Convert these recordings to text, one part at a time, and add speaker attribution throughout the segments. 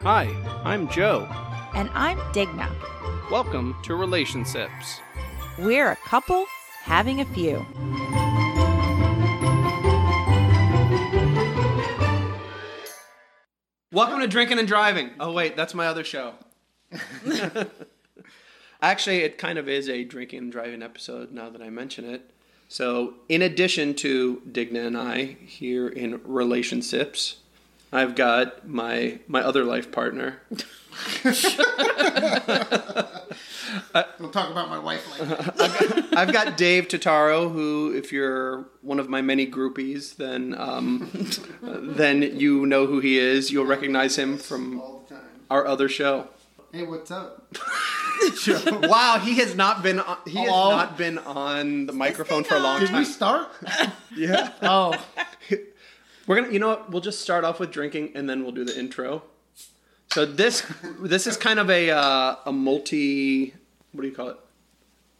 Speaker 1: Hi, I'm Joe.
Speaker 2: And I'm Digna.
Speaker 1: Welcome to Relationships.
Speaker 2: We're a couple having a few.
Speaker 1: Welcome to Drinking and Driving. Oh, wait, that's my other show. Actually, it kind of is a drinking and driving episode now that I mention it. So, in addition to Digna and I here in Relationships, I've got my my other life partner.
Speaker 3: We'll talk about my wife later.
Speaker 1: I've got Dave Tataro, who, if you're one of my many groupies, then um, then you know who he is. You'll recognize him from
Speaker 3: All the time.
Speaker 1: our other show.
Speaker 3: Hey, what's up?
Speaker 1: Wow, Oh, he has not been on, he has
Speaker 3: Hello?
Speaker 1: not been on the microphone for a long
Speaker 3: Did we
Speaker 1: time.
Speaker 3: start?
Speaker 1: Yeah.
Speaker 3: Oh.
Speaker 1: We're gonna, you know what? We'll just start off with drinking, and then we'll do the intro. So this this is kind of a uh, a multi. What do you call it?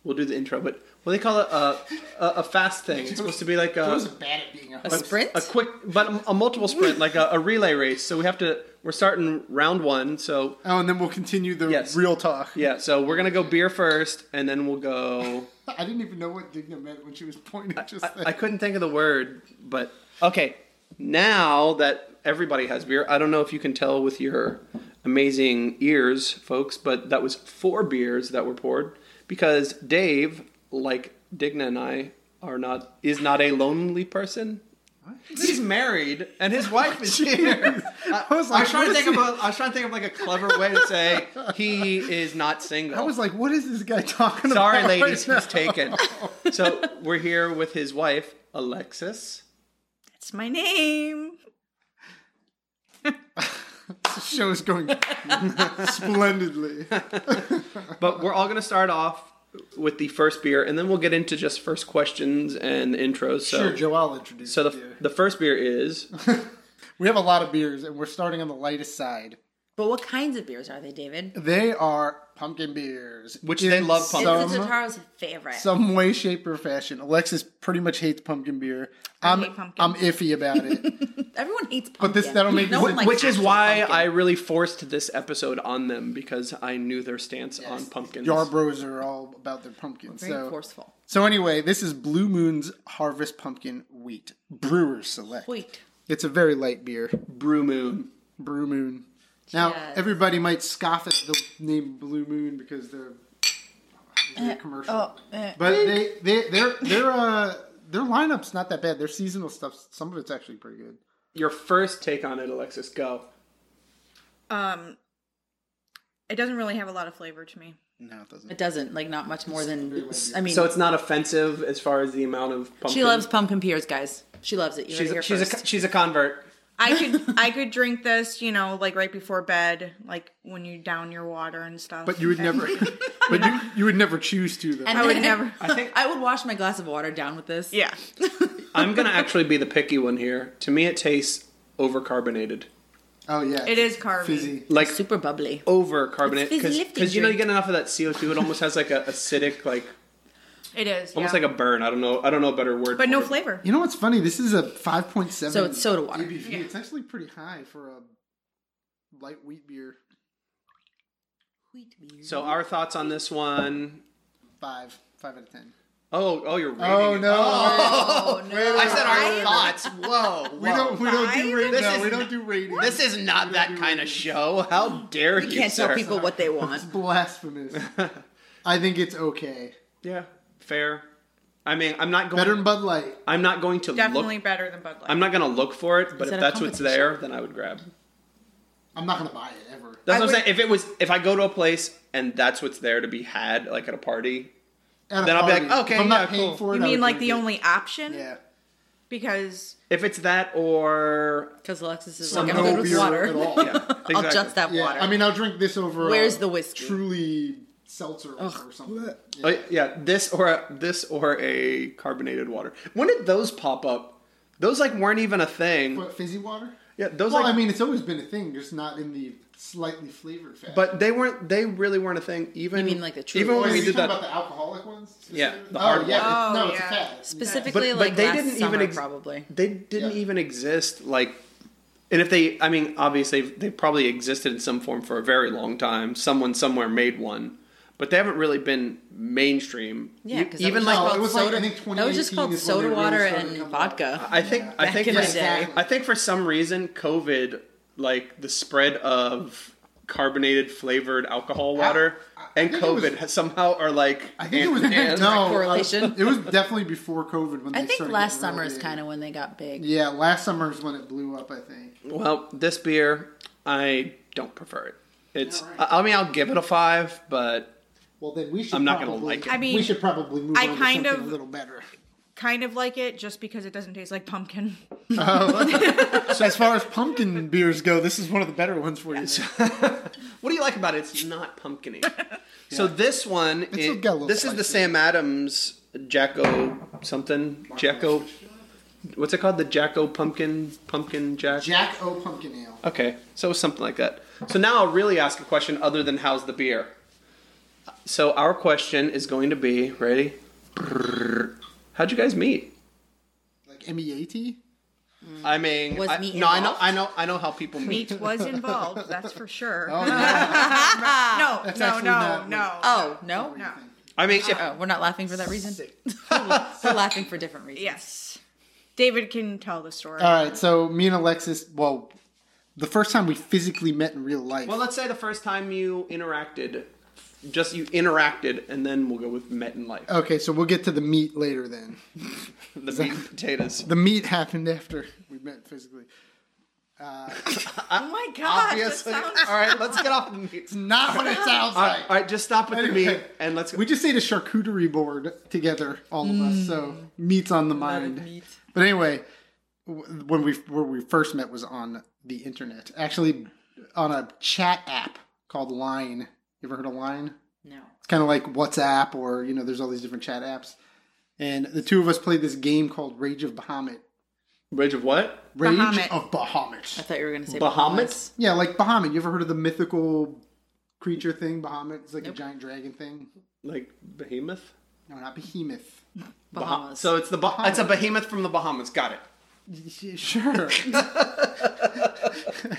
Speaker 1: We'll do the intro, but what do they call it? Uh, a, a fast thing. It's supposed to be like
Speaker 3: I
Speaker 1: a,
Speaker 3: was bad at being a
Speaker 2: A
Speaker 3: host.
Speaker 2: sprint?
Speaker 1: a quick, but a multiple sprint, like a, a relay race. So we have to. We're starting round one. So
Speaker 3: Oh, and then we'll continue the
Speaker 1: Yes.
Speaker 3: real talk.
Speaker 1: yeah. So we're gonna go beer first, and then we'll go.
Speaker 3: I didn't even know what Digna meant when she was pointing just
Speaker 1: I,
Speaker 3: then.
Speaker 1: I couldn't think of the word, but okay. Now that everybody has beer, I don't know if you can tell with your amazing ears, folks, but that was four beers that were poured because Dave, like Digna and I, are not is not a lonely person. He's married and his wife is here. I, I was,
Speaker 3: like,
Speaker 1: trying to
Speaker 3: what is
Speaker 1: think of a, I was trying to think of like a clever way to say he is not single.
Speaker 3: I was like, what is this guy talking
Speaker 1: Sorry,
Speaker 3: about?
Speaker 1: ladies,
Speaker 3: right
Speaker 1: he's taken. So we're here with his wife, Alexis.
Speaker 2: That's my name.
Speaker 3: now? The show is going splendidly.
Speaker 1: But we're all going to start off with the first beer, and then we'll get into just first questions and intros. So,
Speaker 3: Sure, Joe, I'll introduce
Speaker 1: so the,
Speaker 3: you.
Speaker 1: the first beer is
Speaker 3: We have a lot of beers, and we're starting on the lightest side.
Speaker 2: But what kinds of beers are they, David?
Speaker 3: They are pumpkin beers,
Speaker 1: Which
Speaker 3: in
Speaker 1: they love pumpkin.
Speaker 2: It's
Speaker 3: Some,
Speaker 2: Tataro's favorite.
Speaker 3: some way, shape, or fashion. Alexis pretty much hates pumpkin beer.
Speaker 2: I
Speaker 3: I'm
Speaker 2: hate pumpkin.
Speaker 3: I'm iffy about it.
Speaker 2: Everyone hates pumpkin.
Speaker 3: But this- that'll make
Speaker 2: no
Speaker 3: me-
Speaker 2: one likes
Speaker 1: which is
Speaker 2: actual
Speaker 1: why
Speaker 2: pumpkin.
Speaker 1: I really forced this episode on them because I knew their stance on pumpkins.
Speaker 3: Yar bros are all about their pumpkin.
Speaker 2: Very
Speaker 3: so
Speaker 2: forceful.
Speaker 3: so anyway, this is Blue Moon's Harvest Pumpkin Wheat Brewers Select.
Speaker 2: Wait.
Speaker 3: It's a very light beer.
Speaker 1: Brew Moon.
Speaker 3: Brew Moon. Now
Speaker 2: Yes.
Speaker 3: everybody might scoff at the name Blue Moon because they're they're commercial.
Speaker 2: Oh, eh.
Speaker 3: But they they their their uh their lineup's not that bad. Their seasonal stuff, some of it's actually pretty good.
Speaker 1: Your first take on it, Alexis. Go.
Speaker 4: Um, it doesn't really have a lot of flavor to me.
Speaker 3: No, it doesn't.
Speaker 2: It doesn't, like, not much more than. I mean,
Speaker 1: So it's not offensive as far as the amount of pumpkin.
Speaker 2: she loves pumpkin beers, guys. She loves it. You
Speaker 1: She's
Speaker 2: heard it
Speaker 1: a,
Speaker 2: here
Speaker 1: she's
Speaker 2: first.
Speaker 1: a she's a convert.
Speaker 4: I could I could drink this, you know, like right before bed, like when you down your water and stuff.
Speaker 3: But you would
Speaker 4: And-
Speaker 3: never But you you would never choose to though.
Speaker 2: And
Speaker 4: I would
Speaker 2: then-
Speaker 4: never.
Speaker 1: I think
Speaker 2: I would wash my glass of water down with this.
Speaker 4: Yeah.
Speaker 1: I'm gonna actually be the picky one here. To me, it tastes overcarbonated,
Speaker 3: oh yeah.
Speaker 4: It is carby.
Speaker 3: fizzy.
Speaker 1: like
Speaker 2: Super bubbly.
Speaker 1: Oh, overcarbonated,
Speaker 2: It's fizzy
Speaker 1: because
Speaker 2: lifting
Speaker 1: because you know you
Speaker 2: drink.
Speaker 1: get enough of that CO2, it almost has like a acidic, like
Speaker 4: It is.
Speaker 1: almost
Speaker 4: yeah.
Speaker 1: like a burn. I don't know, I don't know a better word.
Speaker 4: But no
Speaker 1: for it.
Speaker 4: flavor.
Speaker 3: You know what's funny? This is a 5.7.
Speaker 2: So it's soda water.
Speaker 3: ABV. It's actually pretty high for a light wheat beer.
Speaker 1: So our thoughts on this one.
Speaker 3: Five. Five out of ten.
Speaker 1: Oh, oh, you're rating
Speaker 3: Oh
Speaker 1: it.
Speaker 3: no!
Speaker 2: Oh, no.
Speaker 1: I said our thoughts. Whoa,
Speaker 3: we don't. We don't do
Speaker 4: Five?
Speaker 3: ratings.
Speaker 1: This
Speaker 3: No,
Speaker 1: is-
Speaker 3: we don't do ratings.
Speaker 1: This is not that kind of show. How dare you?
Speaker 2: You can't tell
Speaker 1: sir.
Speaker 2: people what they want.
Speaker 3: blasphemous. I think it's okay.
Speaker 1: Yeah, fair. I mean, I'm not going.
Speaker 3: Better than Bud Light.
Speaker 1: I'm not going to
Speaker 4: Definitely
Speaker 1: look.
Speaker 4: better than Bud Light.
Speaker 1: I'm not going to look for it, but
Speaker 2: Is that
Speaker 1: if
Speaker 2: a
Speaker 1: that's what's
Speaker 2: competition?
Speaker 1: there, then I would grab.
Speaker 3: I'm not gonna buy it ever.
Speaker 1: That's
Speaker 2: I
Speaker 1: what I'm
Speaker 2: would-
Speaker 1: saying. If it was, if I go to a place and that's what's there to be had, like at a party,
Speaker 3: At a
Speaker 1: Then I'll be like,
Speaker 3: party.
Speaker 1: okay,
Speaker 3: If I'm not
Speaker 1: yeah,
Speaker 3: paying
Speaker 1: cool.
Speaker 3: for it.
Speaker 4: you
Speaker 3: I would
Speaker 4: mean like
Speaker 3: drink
Speaker 4: the
Speaker 3: it.
Speaker 4: only option?
Speaker 3: Yeah.
Speaker 4: Because
Speaker 1: if it's that or
Speaker 2: Because Alexis is
Speaker 1: Some
Speaker 2: like, I'm
Speaker 1: no
Speaker 2: good with
Speaker 3: beer
Speaker 2: water.
Speaker 3: at all.
Speaker 1: yeah,
Speaker 2: I'll just that
Speaker 3: Yeah,
Speaker 2: water.
Speaker 3: I mean, I'll drink this over.
Speaker 2: Where's
Speaker 3: a
Speaker 2: the whiskey?
Speaker 3: Truly seltzer or something.
Speaker 1: Oh, yeah, this or a, this or a carbonated water. When did those pop up? Those like weren't even a thing.
Speaker 3: What fizzy water?
Speaker 1: Yeah, those.
Speaker 3: Well,
Speaker 1: like,
Speaker 3: I mean, it's always been a thing, just not in the slightly flavored fashion. Oh,
Speaker 1: but they weren't. They really weren't a thing. Even
Speaker 2: mean like the true
Speaker 1: even
Speaker 3: Wait,
Speaker 1: when
Speaker 3: are
Speaker 1: we
Speaker 3: you
Speaker 1: did
Speaker 3: talking
Speaker 1: that.
Speaker 3: about the alcoholic ones?
Speaker 1: Yeah,
Speaker 3: specifically?
Speaker 1: the
Speaker 3: oh,
Speaker 1: hard
Speaker 3: yeah.
Speaker 4: ones.
Speaker 3: no,
Speaker 4: Oh,
Speaker 3: it's a
Speaker 4: yeah.
Speaker 3: fad.
Speaker 2: Specifically,
Speaker 1: But- but
Speaker 2: like
Speaker 1: they
Speaker 2: last
Speaker 1: didn't even
Speaker 2: summer,
Speaker 1: ex-
Speaker 2: probably.
Speaker 1: They didn't
Speaker 3: Yeah.
Speaker 1: even exist. Like, and if they, I mean, obviously they probably existed in some form for a very long time. Someone somewhere made one, but they haven't really been mainstream.
Speaker 2: Yeah,
Speaker 1: You-
Speaker 2: because
Speaker 1: even
Speaker 2: even
Speaker 1: like
Speaker 2: like
Speaker 3: No,
Speaker 2: called
Speaker 3: it was like,
Speaker 2: soda.
Speaker 3: I think
Speaker 2: that was just
Speaker 3: 2018
Speaker 2: called
Speaker 3: is when they
Speaker 2: soda
Speaker 3: really
Speaker 2: water
Speaker 3: started
Speaker 2: and
Speaker 3: coming out.
Speaker 2: vodka.
Speaker 1: I think I
Speaker 2: Back
Speaker 1: think
Speaker 2: in
Speaker 1: for,
Speaker 2: the day.
Speaker 1: I think for some reason COVID like the spread of carbonated flavored alcohol water
Speaker 3: I- I
Speaker 1: and
Speaker 3: think it was-
Speaker 1: COVID has somehow are like
Speaker 3: I think it was
Speaker 1: hand in hand.
Speaker 3: no uh,
Speaker 2: correlation.
Speaker 3: it was definitely before COVID when
Speaker 2: I
Speaker 3: they
Speaker 2: think
Speaker 3: started
Speaker 2: last
Speaker 3: getting
Speaker 2: summer is
Speaker 3: real
Speaker 2: kind of when they got big.
Speaker 3: big. yeah. Last summer is when it blew up. I think.
Speaker 1: Well, this beer I don't prefer it. It's
Speaker 3: All right.
Speaker 1: I I mean I'll give it a 5, but
Speaker 3: Well, then we should.
Speaker 1: I'm not gonna
Speaker 3: probably-
Speaker 1: like it.
Speaker 4: I mean,
Speaker 3: we should probably move
Speaker 4: I
Speaker 3: on
Speaker 4: kind
Speaker 3: to something
Speaker 4: of-
Speaker 3: a little better.
Speaker 4: Kind of like it just because it doesn't taste like pumpkin.
Speaker 3: So as far as pumpkin beers go, this is one of the better ones for you.
Speaker 1: what do you like about it? It's not pumpkiny. So this one
Speaker 3: still
Speaker 1: it-
Speaker 3: got a little
Speaker 1: this is the
Speaker 3: spicy.
Speaker 1: Sam Adams Jacko something Jacko What's it called? The Jacko pumpkin pumpkin Jack
Speaker 3: Jack O Pumpkin Ale.
Speaker 1: Okay, so something like that. So now I'll really ask a question other than how's the beer. So our question is going to be ready. How'd you guys meet?
Speaker 3: Like M E A T.
Speaker 1: I mean,
Speaker 2: Was
Speaker 1: I,
Speaker 2: meet
Speaker 1: no, I know,
Speaker 2: involved?
Speaker 1: I know, I know how people meet.
Speaker 4: Meat was involved, that's for sure. no, no,
Speaker 3: actually
Speaker 4: no,
Speaker 3: not-
Speaker 4: no.
Speaker 2: Oh no,
Speaker 4: No.
Speaker 1: I mean, yeah.
Speaker 2: Oh, we're not laughing for that reason. we're laughing for different reasons.
Speaker 4: Yes. David can tell the story.
Speaker 3: All right, so me and Alexis. Well, the first time we physically met in real life.
Speaker 1: well, let's say the first time you interacted, just you interacted, and then we'll go with met in life.
Speaker 3: okay, so we'll get to the meat later then.
Speaker 1: the meat and potatoes.
Speaker 3: The meat happened after we met physically.
Speaker 4: oh my god. that
Speaker 1: Obviously.
Speaker 4: sounds-
Speaker 1: All right, let's get off the meat.
Speaker 3: Not what it sounds
Speaker 1: All right,
Speaker 3: like.
Speaker 1: all right, just stop with the
Speaker 3: Anyway.
Speaker 1: meat and let's.
Speaker 3: We just ate a charcuterie board together, all of us. So meat's on the mind.
Speaker 2: meat.
Speaker 3: But anyway, w- when we where we first met was on the internet, actually on a chat app called Line. You ever heard of Line?
Speaker 2: No.
Speaker 3: It's kind of like WhatsApp or you know, there's all these different chat apps. And the two of us played this game called Rage of Bahamut.
Speaker 1: Bridge of what?
Speaker 3: Rage
Speaker 4: Bahamut.
Speaker 3: of Bahamut.
Speaker 2: I thought you were going to say
Speaker 1: Bahamas.
Speaker 3: Yeah, like Bahamut. You ever heard of the mythical creature thing, Bahamut? It's like a giant dragon thing.
Speaker 1: Like behemoth.
Speaker 3: No, not behemoth.
Speaker 2: Bahamas.
Speaker 1: So it's the bah- it's a behemoth from the Bahamas. Got it.
Speaker 3: Sure.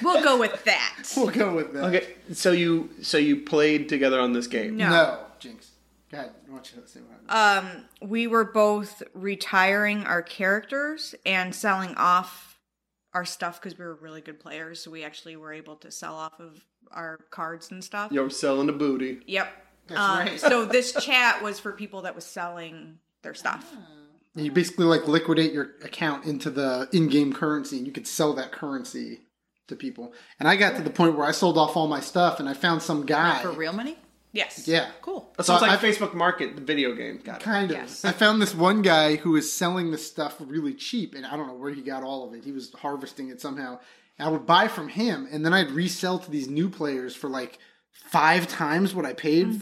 Speaker 4: We'll go with that.
Speaker 3: we'll go with that.
Speaker 1: Okay, so you so you played together on this game.
Speaker 4: No.
Speaker 3: No, Jinx. Go ahead. I want you to say what happened.
Speaker 2: Uh,
Speaker 4: we were both retiring our characters and selling off our stuff because we were really good players. So we actually were able to sell off of our cards and stuff.
Speaker 1: You're selling a booty.
Speaker 4: Yep.
Speaker 3: That's
Speaker 4: Um,
Speaker 2: uh,
Speaker 3: right.
Speaker 4: So this chat was for people that was selling their stuff.
Speaker 3: And you basically like liquidate your account into the in-game currency, and you could sell that currency to people. And I got to the point where I sold off all my stuff, and I found some guy.
Speaker 2: for real money.
Speaker 4: Yes.
Speaker 3: Yeah.
Speaker 2: Cool.
Speaker 1: That
Speaker 3: So
Speaker 1: sounds
Speaker 3: I-
Speaker 1: like Facebook Market, the video game. Got it.
Speaker 3: Kind of.
Speaker 4: Yes.
Speaker 3: I found this one guy who is selling this stuff really cheap, and I don't know where he got all of it. He was harvesting it somehow. And I would buy from him, and then I'd resell to these new players for like five times what I paid.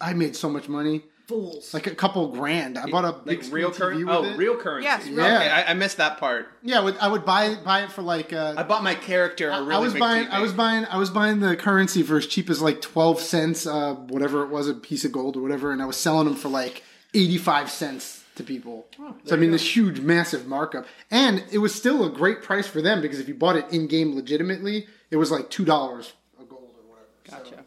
Speaker 3: I made so much money,
Speaker 2: Fools.
Speaker 3: like a couple grand. I bought a big
Speaker 1: Like real
Speaker 3: currency.
Speaker 1: currency. Oh, real currency.
Speaker 4: Yes, real-
Speaker 3: Yeah.
Speaker 1: Okay, I, I missed that part.
Speaker 3: Yeah, I would, I would buy buy it for like. Uh,
Speaker 1: I bought my character a really
Speaker 3: I was
Speaker 1: big
Speaker 3: buying.
Speaker 1: TV.
Speaker 3: I was buying. I was buying the currency for as cheap as like twelve cents, uh, whatever it was, a piece of gold or whatever, and I was selling them for like eighty-five cents to people.
Speaker 1: Oh,
Speaker 3: so I mean, this huge, massive markup, and it was still a great price for them because if you bought it in game legitimately, it was like two dollars a gold or whatever. Gotcha.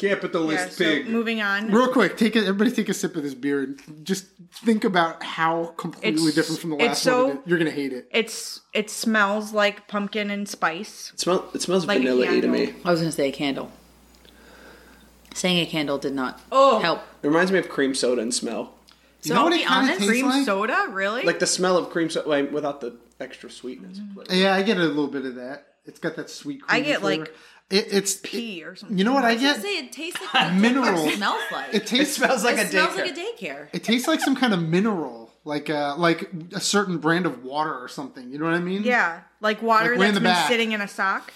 Speaker 4: Yeah,
Speaker 1: capitalist
Speaker 4: so moving on.
Speaker 3: Real quick, take it. Everybody, take a sip of this beer and just think about how completely
Speaker 4: It's-
Speaker 3: different from the
Speaker 4: it's
Speaker 3: last
Speaker 4: so-
Speaker 3: one. it is. You're gonna hate it.
Speaker 4: It's it smells like pumpkin and spice.
Speaker 1: It, smell, it smells
Speaker 4: Like a
Speaker 1: vanilla-y to
Speaker 4: candle.
Speaker 1: me. It
Speaker 2: I was going to say a candle. Saying a candle did not
Speaker 4: Oh.
Speaker 2: help.
Speaker 1: reminds me of cream soda and smell.
Speaker 3: You know what
Speaker 4: to
Speaker 3: it
Speaker 4: be
Speaker 3: kinda
Speaker 4: honest,
Speaker 3: tastes
Speaker 4: cream
Speaker 3: like?
Speaker 4: soda, really?
Speaker 1: Like the smell of cream soda like, without the extra sweetness. Like,
Speaker 3: Yeah, I get a little bit of that. It's got that sweet.
Speaker 4: I
Speaker 3: creamy
Speaker 4: get,
Speaker 3: flavor.
Speaker 4: like,
Speaker 3: it, it's
Speaker 4: pee or something.
Speaker 3: You know what I
Speaker 2: I was
Speaker 3: get?
Speaker 2: gonna say it tastes like what a
Speaker 3: Mineral.
Speaker 2: daycare Smells like.
Speaker 3: It
Speaker 2: It,
Speaker 1: it
Speaker 3: tastes.
Speaker 1: smells like a
Speaker 2: smells
Speaker 1: daycare.
Speaker 2: like a daycare.
Speaker 3: It tastes like some kind of mineral, like a like a certain brand of water or something. You know what I mean?
Speaker 4: yeah, like water
Speaker 3: Like way in
Speaker 4: that's
Speaker 3: the
Speaker 4: been
Speaker 3: back.
Speaker 4: sitting in a sock.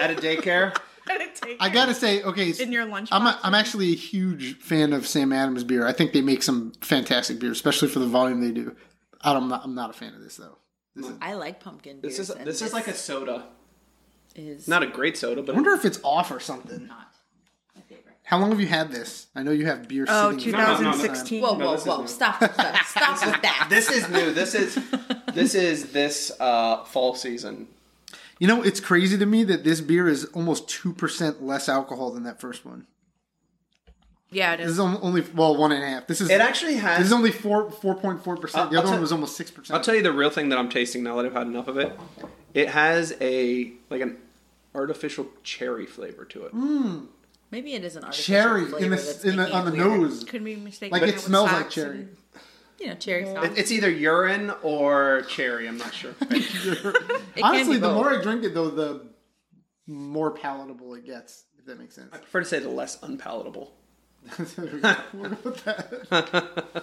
Speaker 1: At a daycare.
Speaker 3: I gotta say, okay. s-
Speaker 4: In your lunchbox
Speaker 3: I'm a,
Speaker 4: or
Speaker 3: I'm actually a huge fan of Sam Adams beer. I think they make some fantastic beer, especially for the volume they do. I don't, I'm not, I'm not a fan of this though. Is it-
Speaker 2: I like pumpkin beers.
Speaker 1: This is
Speaker 2: and
Speaker 1: this is like a soda.
Speaker 2: is
Speaker 1: Not a great soda, but
Speaker 3: I wonder if it's off or something.
Speaker 2: not my favorite.
Speaker 3: How long have you had this? I know you have beer.
Speaker 4: Oh,
Speaker 3: sitting in-
Speaker 1: no, no, no.
Speaker 4: 2016.
Speaker 2: Whoa,
Speaker 1: No,
Speaker 2: whoa,
Speaker 1: this is
Speaker 2: whoa!
Speaker 1: new.
Speaker 2: Stop, stop, stop with that.
Speaker 1: this is new. This is this is this uh, fall season.
Speaker 3: You know, it's crazy to me that this beer is almost two percent less alcohol than that first one.
Speaker 4: Yeah, it
Speaker 3: This is
Speaker 4: is.
Speaker 3: on- only well one and a half. This is
Speaker 1: It actually has.
Speaker 3: This is only four four point four percent. The
Speaker 1: I'll
Speaker 3: other
Speaker 1: tell-
Speaker 3: one was almost six
Speaker 1: I'll
Speaker 3: percent.
Speaker 1: tell you the real thing that I'm tasting now that I've had enough of it. It has a like an artificial cherry flavor to it.
Speaker 2: Maybe it is an artificial
Speaker 3: cherry
Speaker 2: flavor
Speaker 3: in the
Speaker 2: that's
Speaker 3: in the
Speaker 2: making
Speaker 3: on the
Speaker 2: it weird.
Speaker 3: nose.
Speaker 4: Could be mistaken.
Speaker 3: Like
Speaker 4: for
Speaker 3: it
Speaker 4: with
Speaker 3: smells like
Speaker 4: socks
Speaker 3: cherry.
Speaker 4: and-
Speaker 2: You know, cherry sauce.
Speaker 1: It- It's either urine or cherry. I'm not sure.
Speaker 2: It can
Speaker 3: Honestly,
Speaker 2: be
Speaker 3: the
Speaker 2: both.
Speaker 3: more I drink it, though, the more palatable it gets. If that makes sense.
Speaker 1: I prefer to say the less unpalatable.
Speaker 3: What about that?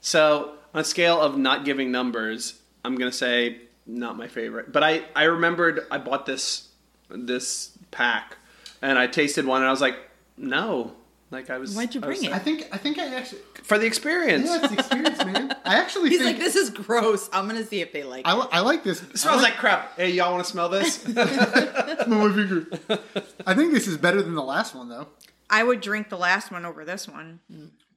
Speaker 1: So on a scale of not giving numbers, I'm gonna say not my favorite. But I I remembered I bought this this pack and I tasted one and I was like no like I was
Speaker 2: Why'd you
Speaker 1: I was-
Speaker 2: bring it?
Speaker 3: I think I think I actually
Speaker 1: for the experience.
Speaker 3: yeah, it's the experience, man. I actually
Speaker 2: He's like,
Speaker 3: think
Speaker 2: this is gross. I'm gonna see if they like.
Speaker 3: I,
Speaker 2: it.
Speaker 3: li- I like this.
Speaker 1: It smells like crap. Hey, y'all want to smell this?
Speaker 3: my finger. I think this is better than the last one, though.
Speaker 4: I would drink the last one over this one,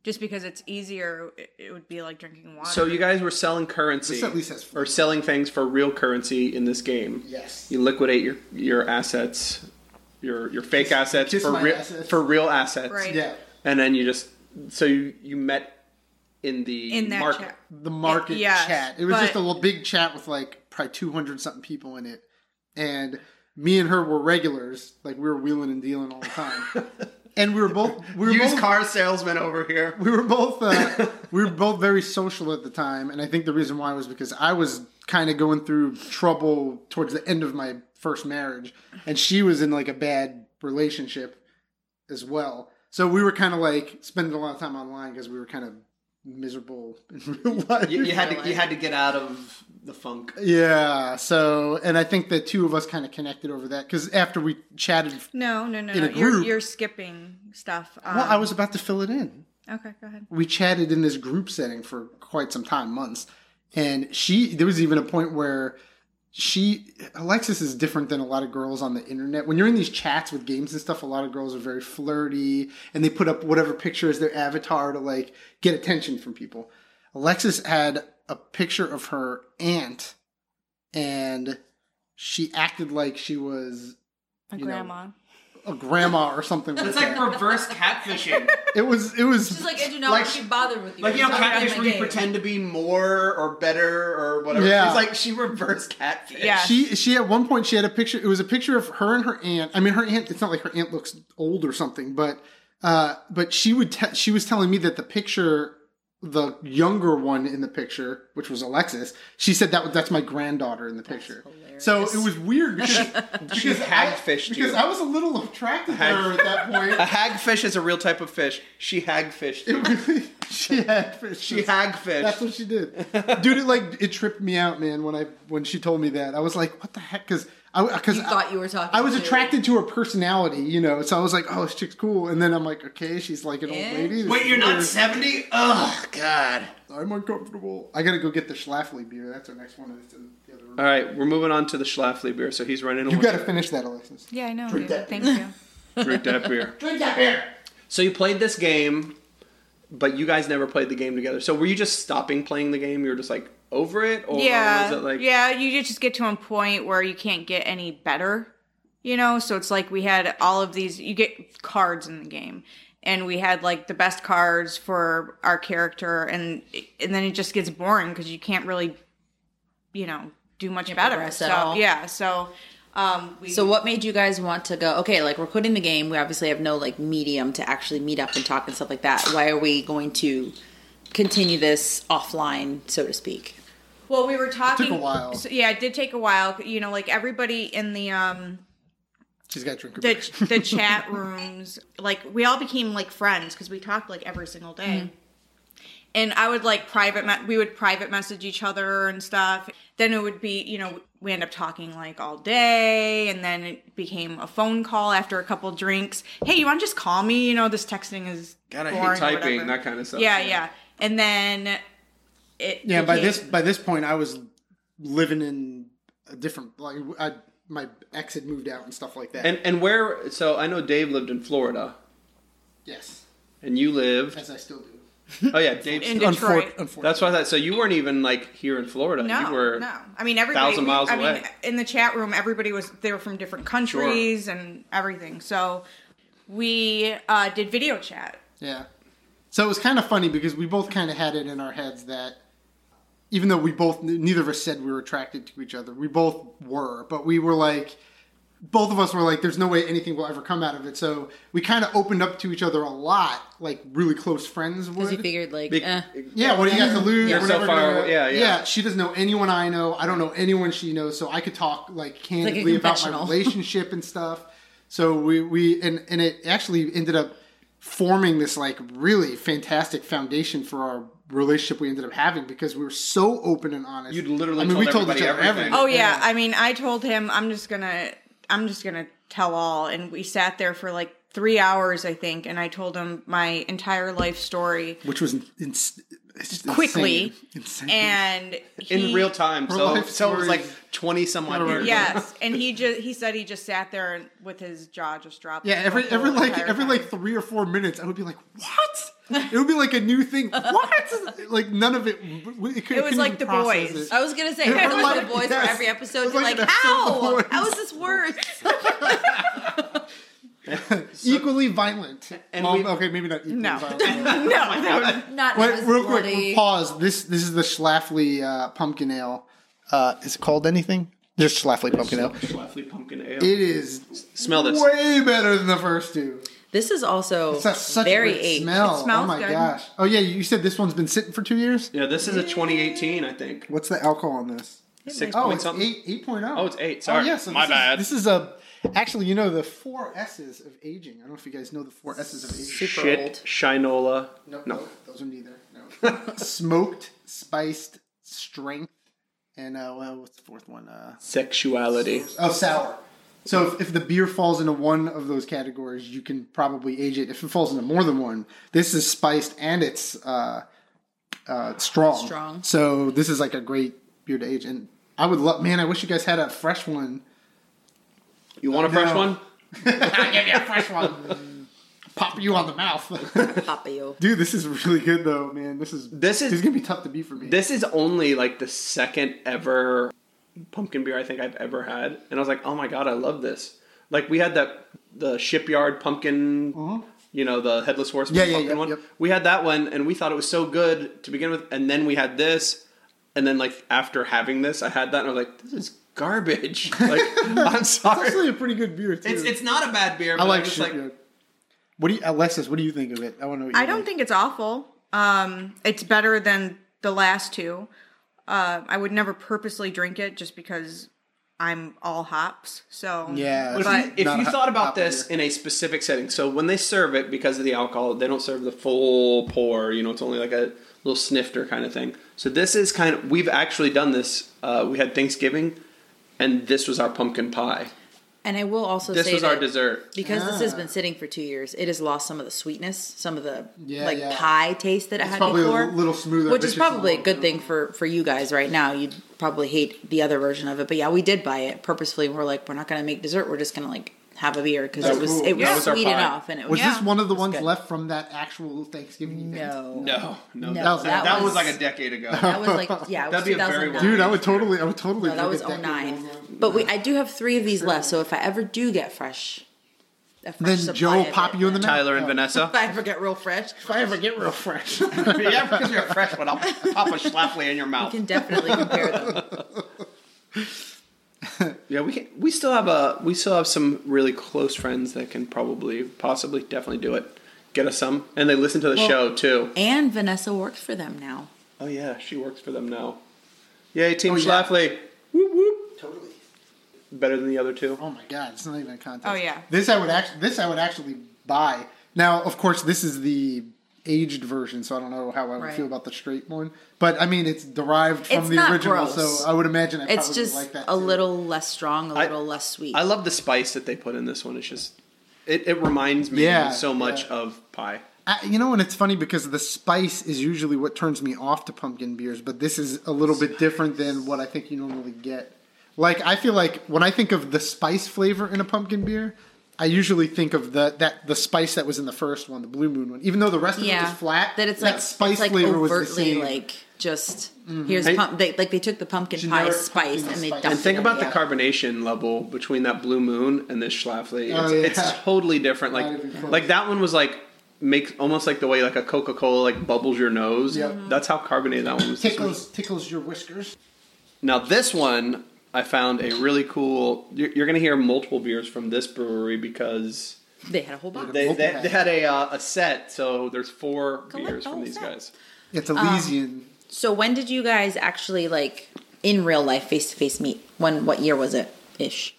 Speaker 4: just because it's easier. It, it would be like drinking water.
Speaker 1: so you guys were selling currency,
Speaker 3: This at least has
Speaker 1: or
Speaker 3: flavor.
Speaker 1: selling things for real currency in this game.
Speaker 3: Yes.
Speaker 1: You liquidate your your assets, your your fake assets
Speaker 3: kiss
Speaker 1: for
Speaker 3: my
Speaker 1: real
Speaker 3: assets.
Speaker 1: for real assets,
Speaker 4: Right.
Speaker 3: Yeah.
Speaker 1: and then you just so you you met in the
Speaker 4: in that
Speaker 1: market.
Speaker 4: chat.
Speaker 3: The market
Speaker 4: yes,
Speaker 3: chat. It was just a
Speaker 4: but-
Speaker 3: little big chat with like probably two hundred something people in it, and me and her were regulars. Like we were wheeling and dealing all the time, and we were both we were
Speaker 1: Used
Speaker 3: both,
Speaker 1: car salesman over here.
Speaker 3: we were both uh, we were both very social at the time, and I think the reason why was because I was kind of going through trouble towards the end of my first marriage, and she was in like a bad relationship as well. So we were kind of like spending a lot of time online because we were kind of miserable in real life.
Speaker 1: You, you had to you had to get out of the funk.
Speaker 3: yeah. So, and I think the two of us kind of connected over that because after we chatted,
Speaker 4: No, no, no.
Speaker 3: In
Speaker 4: no.
Speaker 3: a
Speaker 4: You're,
Speaker 3: group.
Speaker 4: you're skipping stuff. Um,
Speaker 3: well, I was about to fill it in.
Speaker 4: okay. Go ahead.
Speaker 3: we chatted in this group setting for quite some time, months. And she, there was even a point where she, Alexis is different than a lot of girls on the internet. When you're in these chats with games and stuff, a lot of girls are very flirty and they put up whatever picture is their avatar to like get attention from people. Alexis had a picture of her aunt and she acted like she was
Speaker 4: My
Speaker 3: You know,
Speaker 4: grandma.
Speaker 3: a grandma or something like
Speaker 1: It's like
Speaker 3: that.
Speaker 1: reverse catfishing.
Speaker 3: It was, it
Speaker 2: She's
Speaker 3: was,
Speaker 2: like, I do not
Speaker 1: Like-
Speaker 2: want to be bothered with you.
Speaker 1: Like you know,
Speaker 2: It's not
Speaker 1: catfish
Speaker 2: my
Speaker 1: where you
Speaker 2: game.
Speaker 1: pretend to be more or better or whatever.
Speaker 3: Yeah.
Speaker 1: It's like she reverse catfish.
Speaker 4: Yeah.
Speaker 3: she she at one point she had a picture it was a picture of her and her aunt i mean her aunt it's not like her aunt looks old or something but uh but she would te- she was telling me that the picture the younger one in the picture which was alexis she said that that's my granddaughter in the picture so it was weird because, because
Speaker 1: hagfished
Speaker 3: I, because
Speaker 1: you.
Speaker 3: i was a little attracted to her at that
Speaker 1: A
Speaker 3: point
Speaker 1: hagfish is a real type of fish. She hagfished. you.
Speaker 3: she had
Speaker 1: She hagfished.
Speaker 3: That's what she did, dude. It like it tripped me out, man. When I when she told me that, I was like, "What the heck?" Because I because
Speaker 2: You thought you were talking.
Speaker 3: I was
Speaker 2: to-
Speaker 3: attracted to her personality, you know. So I was like, "Oh, this chick's cool," and then I'm like, "Okay, she's like an
Speaker 2: Yeah.
Speaker 3: old lady." This
Speaker 1: Wait,
Speaker 3: is
Speaker 1: you're not
Speaker 3: weird.
Speaker 1: seventy? Oh God.
Speaker 3: I'm uncomfortable. I gotta go get the Schlafly beer. That's our next one. That's in the other room.
Speaker 1: All right, we're moving on to the Schlafly beer. So he's running away.
Speaker 3: you gotta finish that, Alexis.
Speaker 4: Yeah, I know.
Speaker 3: Drink
Speaker 4: Dude.
Speaker 3: that.
Speaker 4: Thank you.
Speaker 1: drink that beer.
Speaker 3: Drink that beer.
Speaker 1: So you played this game, but you guys never played the game together. So were you just stopping playing the game? You were just like over it, or
Speaker 4: yeah,
Speaker 1: was it like
Speaker 4: yeah. You just get to a point where you can't get any better, you know. So it's like we had all of these. You get cards in the game, and we had like the best cards for our character, and and then it just gets boring because you can't really, you know, do much better.
Speaker 2: progress at
Speaker 4: So
Speaker 2: all.
Speaker 4: yeah, so um, we
Speaker 2: So what made you guys want to go? Okay, like we're quitting the game. We obviously have no like medium to actually meet up and talk and stuff like that. Why are we going to continue this offline, so to speak?
Speaker 4: Well, we were talking.
Speaker 3: while.
Speaker 4: So, yeah, it did take a while. You know, like everybody in the um
Speaker 3: She's got drink her beer.
Speaker 4: the the chat rooms, like we all became like friends because we talked like every single day.
Speaker 3: Mm-hmm.
Speaker 4: And I would like private. Me- we would private message each other and stuff. Then it would be, you know, we end up talking like all day, and then it became a phone call after a couple drinks. Hey, you want to just call me? You know, this texting is
Speaker 1: God, I hate
Speaker 4: boring or
Speaker 1: typing,
Speaker 4: whatever.
Speaker 1: that kind of stuff.
Speaker 4: Yeah,
Speaker 1: Yeah.
Speaker 4: yeah. And then it
Speaker 3: Yeah. By
Speaker 4: became-
Speaker 3: this by this point, I was living in a different like I, my ex had moved out and stuff like that.
Speaker 1: And and where? So I know Dave lived in Florida,
Speaker 3: yes,
Speaker 1: and you lived.
Speaker 3: as I still do.
Speaker 1: Oh yeah, Dave.
Speaker 4: In Detroit.
Speaker 3: unfortunately.
Speaker 1: That's why that. So you weren't even like here in Florida.
Speaker 4: No,
Speaker 1: you were
Speaker 4: no. I mean, everybody.
Speaker 1: 1,000 miles
Speaker 4: I
Speaker 1: away.
Speaker 4: mean, in the chat room, everybody was they were from different countries and everything. So we uh, did video chat.
Speaker 3: Yeah. So it was kind of funny because we both kind of had it in our heads that even though we both neither of us said we were attracted to each other, we both were, but we were like both of us were like there's no way anything will ever come out of it. So we kind of opened up to each other a lot, like really close friends would.
Speaker 2: Because he figured, like,
Speaker 1: Be-
Speaker 2: eh.
Speaker 3: yeah, what do you got to lose?
Speaker 1: You're
Speaker 3: We're
Speaker 1: so
Speaker 3: never
Speaker 1: far
Speaker 3: gonna-
Speaker 1: away. Yeah, yeah.
Speaker 3: She doesn't know anyone I know. I don't know anyone she knows, so I could talk like candidly about my
Speaker 2: confessional.
Speaker 3: relationship and stuff. So we we and and it actually ended up forming this like really fantastic foundation for our relationship we ended up having because we were so open and honest.
Speaker 1: You'd literally told everybody everything.
Speaker 4: Oh yeah, I mean, I told him I'm just gonna I'm just gonna tell all, and we sat there for like three hours, I think, and I told him my entire life story.
Speaker 3: which was in, ins it's just
Speaker 4: Quickly.
Speaker 3: insane. insane.
Speaker 4: And
Speaker 1: in
Speaker 4: he-
Speaker 1: real time.
Speaker 3: Her
Speaker 1: So
Speaker 3: life
Speaker 1: so it was
Speaker 3: story
Speaker 1: like
Speaker 3: is-
Speaker 1: twenty some odd
Speaker 3: Never
Speaker 1: years.
Speaker 3: mind.
Speaker 4: Yes, and he just he said he just sat there and with his jaw just dropped.
Speaker 3: Yeah,
Speaker 4: the
Speaker 3: every
Speaker 4: whole
Speaker 3: every like
Speaker 4: entire
Speaker 3: every
Speaker 4: time.
Speaker 3: like three or four minutes, I would be like, "What?" It would be like a new thing. What? like none of it. It, could,
Speaker 4: It was like The Boys.
Speaker 2: I was gonna say,
Speaker 3: It
Speaker 2: it
Speaker 3: was
Speaker 2: was
Speaker 3: like-
Speaker 2: the boys
Speaker 3: yes.
Speaker 2: for every
Speaker 3: It
Speaker 2: episode.
Speaker 3: was
Speaker 2: You're
Speaker 3: like
Speaker 2: like,
Speaker 3: an episode of The
Speaker 2: how?
Speaker 3: Boys."
Speaker 2: How is this worse?
Speaker 3: equally violent.
Speaker 1: And
Speaker 3: Well,
Speaker 1: we-
Speaker 3: okay, maybe not equally
Speaker 4: No.
Speaker 3: violent.
Speaker 4: no, that was-
Speaker 2: Not
Speaker 3: Wait,
Speaker 2: as
Speaker 3: real quick,
Speaker 2: bloody.
Speaker 3: pause. This this is the Schlafly uh, pumpkin ale. Uh, is it called anything? Just Schlafly pumpkin ale.
Speaker 1: Schlafly pumpkin ale.
Speaker 3: It is
Speaker 1: Smell this.
Speaker 3: way better than the first two.
Speaker 2: This is also
Speaker 3: It's got such a
Speaker 2: very
Speaker 3: great
Speaker 2: aged.
Speaker 3: smell.
Speaker 4: It smells
Speaker 3: oh my
Speaker 4: good.
Speaker 3: gosh. Oh yeah, you said this one's been sitting for two years.
Speaker 1: Yeah, this is a 2018, I think.
Speaker 3: What's the alcohol on this?
Speaker 1: Six
Speaker 3: Oh,
Speaker 1: point
Speaker 3: it's
Speaker 1: something.
Speaker 3: eight eight point
Speaker 1: Oh, it's eight. Sorry,
Speaker 3: Oh, yeah, so
Speaker 1: my
Speaker 3: this is-
Speaker 1: bad.
Speaker 3: this is a actually, you know, the four S's of aging. I don't know if you guys know the four S's of aging.
Speaker 2: Super
Speaker 1: Shit,
Speaker 2: old.
Speaker 1: shinola.
Speaker 3: No,
Speaker 1: No.
Speaker 3: no, those are neither. No, smoked, spiced, strength, and uh, well, what's the fourth one? Uh,
Speaker 1: Sexuality.
Speaker 3: oh, sour. So if, if the beer falls into one of those categories, you can probably age it. If it falls into more than one, this is spiced and it's uh, uh, strong.
Speaker 2: Strong.
Speaker 3: So this is like a great beer to age. And I would love, man, I wish you guys had a fresh one.
Speaker 1: You want a fresh
Speaker 3: No.
Speaker 1: one?
Speaker 3: give you a fresh one. Pop you on the mouth.
Speaker 2: Papio.
Speaker 3: Dude, this is really good though, man. This is
Speaker 1: This is-
Speaker 3: this gonna be tough to beat for me.
Speaker 1: This is only like the second ever pumpkin beer I think I've ever had, and I was like, oh my god, I love this. Like we had that the shipyard pumpkin, you know, the headless horseman
Speaker 3: Mm-hmm. Yeah, yeah,
Speaker 1: pumpkin
Speaker 3: yep,
Speaker 1: one.
Speaker 3: yep.
Speaker 1: We had that one, and we thought it was so good to begin with, and then we had this, and then like after having this, I had that, and I was like, this is garbage. Like I'm
Speaker 3: it's
Speaker 1: sorry.
Speaker 3: actually a pretty good beer too.
Speaker 1: It's, it's not a bad beer. But
Speaker 3: I like
Speaker 1: just
Speaker 3: shit. beer. what do you, Alexis? What do you think of it? I want to. Know what you
Speaker 4: I don't think it's awful. Um, it's better than the last two. Uh, I would never purposely drink it just because I'm all hops. So
Speaker 3: Yeah.
Speaker 1: But
Speaker 3: But-
Speaker 1: if you, if
Speaker 3: Not
Speaker 1: you
Speaker 3: a hot-
Speaker 1: thought about
Speaker 3: hot beer.
Speaker 1: this in a specific setting, so when they serve it, because of the alcohol, they don't serve the full pour. You know, it's only like a little snifter kind of thing. So this is kind of we've actually done this. Uh, we had Thanksgiving, and this was our pumpkin pie.
Speaker 2: And I will also
Speaker 1: This
Speaker 2: say
Speaker 1: was our
Speaker 2: that
Speaker 1: dessert.
Speaker 2: because this has
Speaker 3: Ah.
Speaker 2: been sitting for two years. It has lost some of the sweetness, some of the
Speaker 3: Yeah,
Speaker 2: like
Speaker 3: yeah.
Speaker 2: pie taste that it had
Speaker 3: probably a
Speaker 2: before.
Speaker 3: little smoother,
Speaker 2: which
Speaker 3: but
Speaker 2: is
Speaker 3: just a
Speaker 2: probably a
Speaker 3: little-
Speaker 2: good thing for for you guys right now. You'd probably hate the other version of it, but yeah, we did buy it purposefully. We're like, we're not going to make dessert. We're just going to like have a beer because
Speaker 3: That's
Speaker 2: it was
Speaker 3: cool.
Speaker 2: it was
Speaker 1: That was our
Speaker 2: sweet
Speaker 1: pie.
Speaker 2: enough and it
Speaker 3: Was
Speaker 2: was,
Speaker 3: this one of the ones
Speaker 2: good.
Speaker 3: left from that actual Thanksgiving? event?
Speaker 2: no
Speaker 1: No, no,
Speaker 2: No,
Speaker 1: that,
Speaker 2: that
Speaker 1: that was,
Speaker 2: was-
Speaker 1: like a decade ago.
Speaker 2: That was like yeah, it was
Speaker 1: That'd be a very
Speaker 2: 2009.
Speaker 3: dude, I would totally, I would totally.
Speaker 2: No, that was
Speaker 3: drink it
Speaker 2: 09.
Speaker 3: good.
Speaker 2: But we, I do have three of these left, so if I ever do get fresh, a fresh
Speaker 3: Then
Speaker 2: supply
Speaker 3: Joe will
Speaker 2: of
Speaker 3: pop
Speaker 2: it,
Speaker 3: you in the mouth.
Speaker 1: Tyler and
Speaker 2: If
Speaker 3: Oh.
Speaker 1: Vanessa.
Speaker 2: I ever get real fresh,
Speaker 3: If I ever get real fresh,
Speaker 1: yeah, because you're a fresh one. I'll pop a schlafly in your
Speaker 2: I
Speaker 1: mouth.
Speaker 2: can definitely compare them.
Speaker 1: yeah, we can. We still have a. We still have some really close friends that can probably, possibly, definitely do it. Get us some, and they listen to the
Speaker 2: Well-
Speaker 1: show too.
Speaker 2: And Vanessa works for them now.
Speaker 1: Oh yeah, she works for them now. Yay, Team
Speaker 3: Oh, yeah.
Speaker 1: Schlafly! Whoop whoop.
Speaker 3: totally.
Speaker 1: Better than the other two.
Speaker 3: Oh my god, it's not even a contest.
Speaker 4: Oh, yeah.
Speaker 3: This I would actually this I would actually buy. Now, of course, this is the aged version, so I don't know how I would
Speaker 2: Right.
Speaker 3: feel about the straight one. But I mean, it's derived from
Speaker 2: It's
Speaker 3: the
Speaker 2: not
Speaker 3: original,
Speaker 2: gross.
Speaker 3: so I would imagine I
Speaker 2: It's
Speaker 3: probably
Speaker 2: just
Speaker 3: like that
Speaker 2: a
Speaker 3: too.
Speaker 2: little less strong, a little less sweet.
Speaker 1: I love the spice that they put in this one. It's just it, it reminds me
Speaker 3: Yeah,
Speaker 1: so much
Speaker 3: yeah.
Speaker 1: of pie.
Speaker 3: I, you know, and it's funny because the spice is usually what turns me off to pumpkin beers, but this is a little bit different than what I think you normally get. Like I feel like when I think of the spice flavor in a pumpkin beer, I usually think of the that the spice that was in the first one, the Blue Moon one. Even though the rest of it
Speaker 2: yeah,
Speaker 3: was flat,
Speaker 2: That it's
Speaker 3: that
Speaker 2: like
Speaker 3: spice
Speaker 2: it's like
Speaker 3: flavor
Speaker 2: overtly
Speaker 3: was the same.
Speaker 2: like just here's
Speaker 1: Hey.
Speaker 2: pump. They, like they took the pumpkin pie
Speaker 3: Generic
Speaker 2: spice
Speaker 3: pumpkin
Speaker 2: and they
Speaker 3: spice.
Speaker 2: dumped
Speaker 3: And
Speaker 1: Think
Speaker 2: it
Speaker 1: about the
Speaker 2: out.
Speaker 1: carbonation level between that blue moon and this Schlafly. It's,
Speaker 3: yeah.
Speaker 1: it's totally different.
Speaker 3: Not even
Speaker 1: Like
Speaker 3: close.
Speaker 1: like that one was like makes almost like the way like a Coca Cola like bubbles your nose.
Speaker 3: Yep. Mhm.
Speaker 1: That's how carbonated that one was. This one-
Speaker 3: tickles tickles your whiskers.
Speaker 2: Um,
Speaker 1: Now this one I found a really cool. You're, you're going to hear multiple beers from this brewery because
Speaker 2: They had a whole
Speaker 1: they
Speaker 2: box.
Speaker 1: they,
Speaker 3: Multiple.
Speaker 1: they had a uh, a set. So there's four beers from
Speaker 2: oh,
Speaker 1: these
Speaker 2: set.
Speaker 1: guys.
Speaker 3: It's Elysian.
Speaker 2: So when did you guys actually like in real life face to face meet? When what year was it? Ish.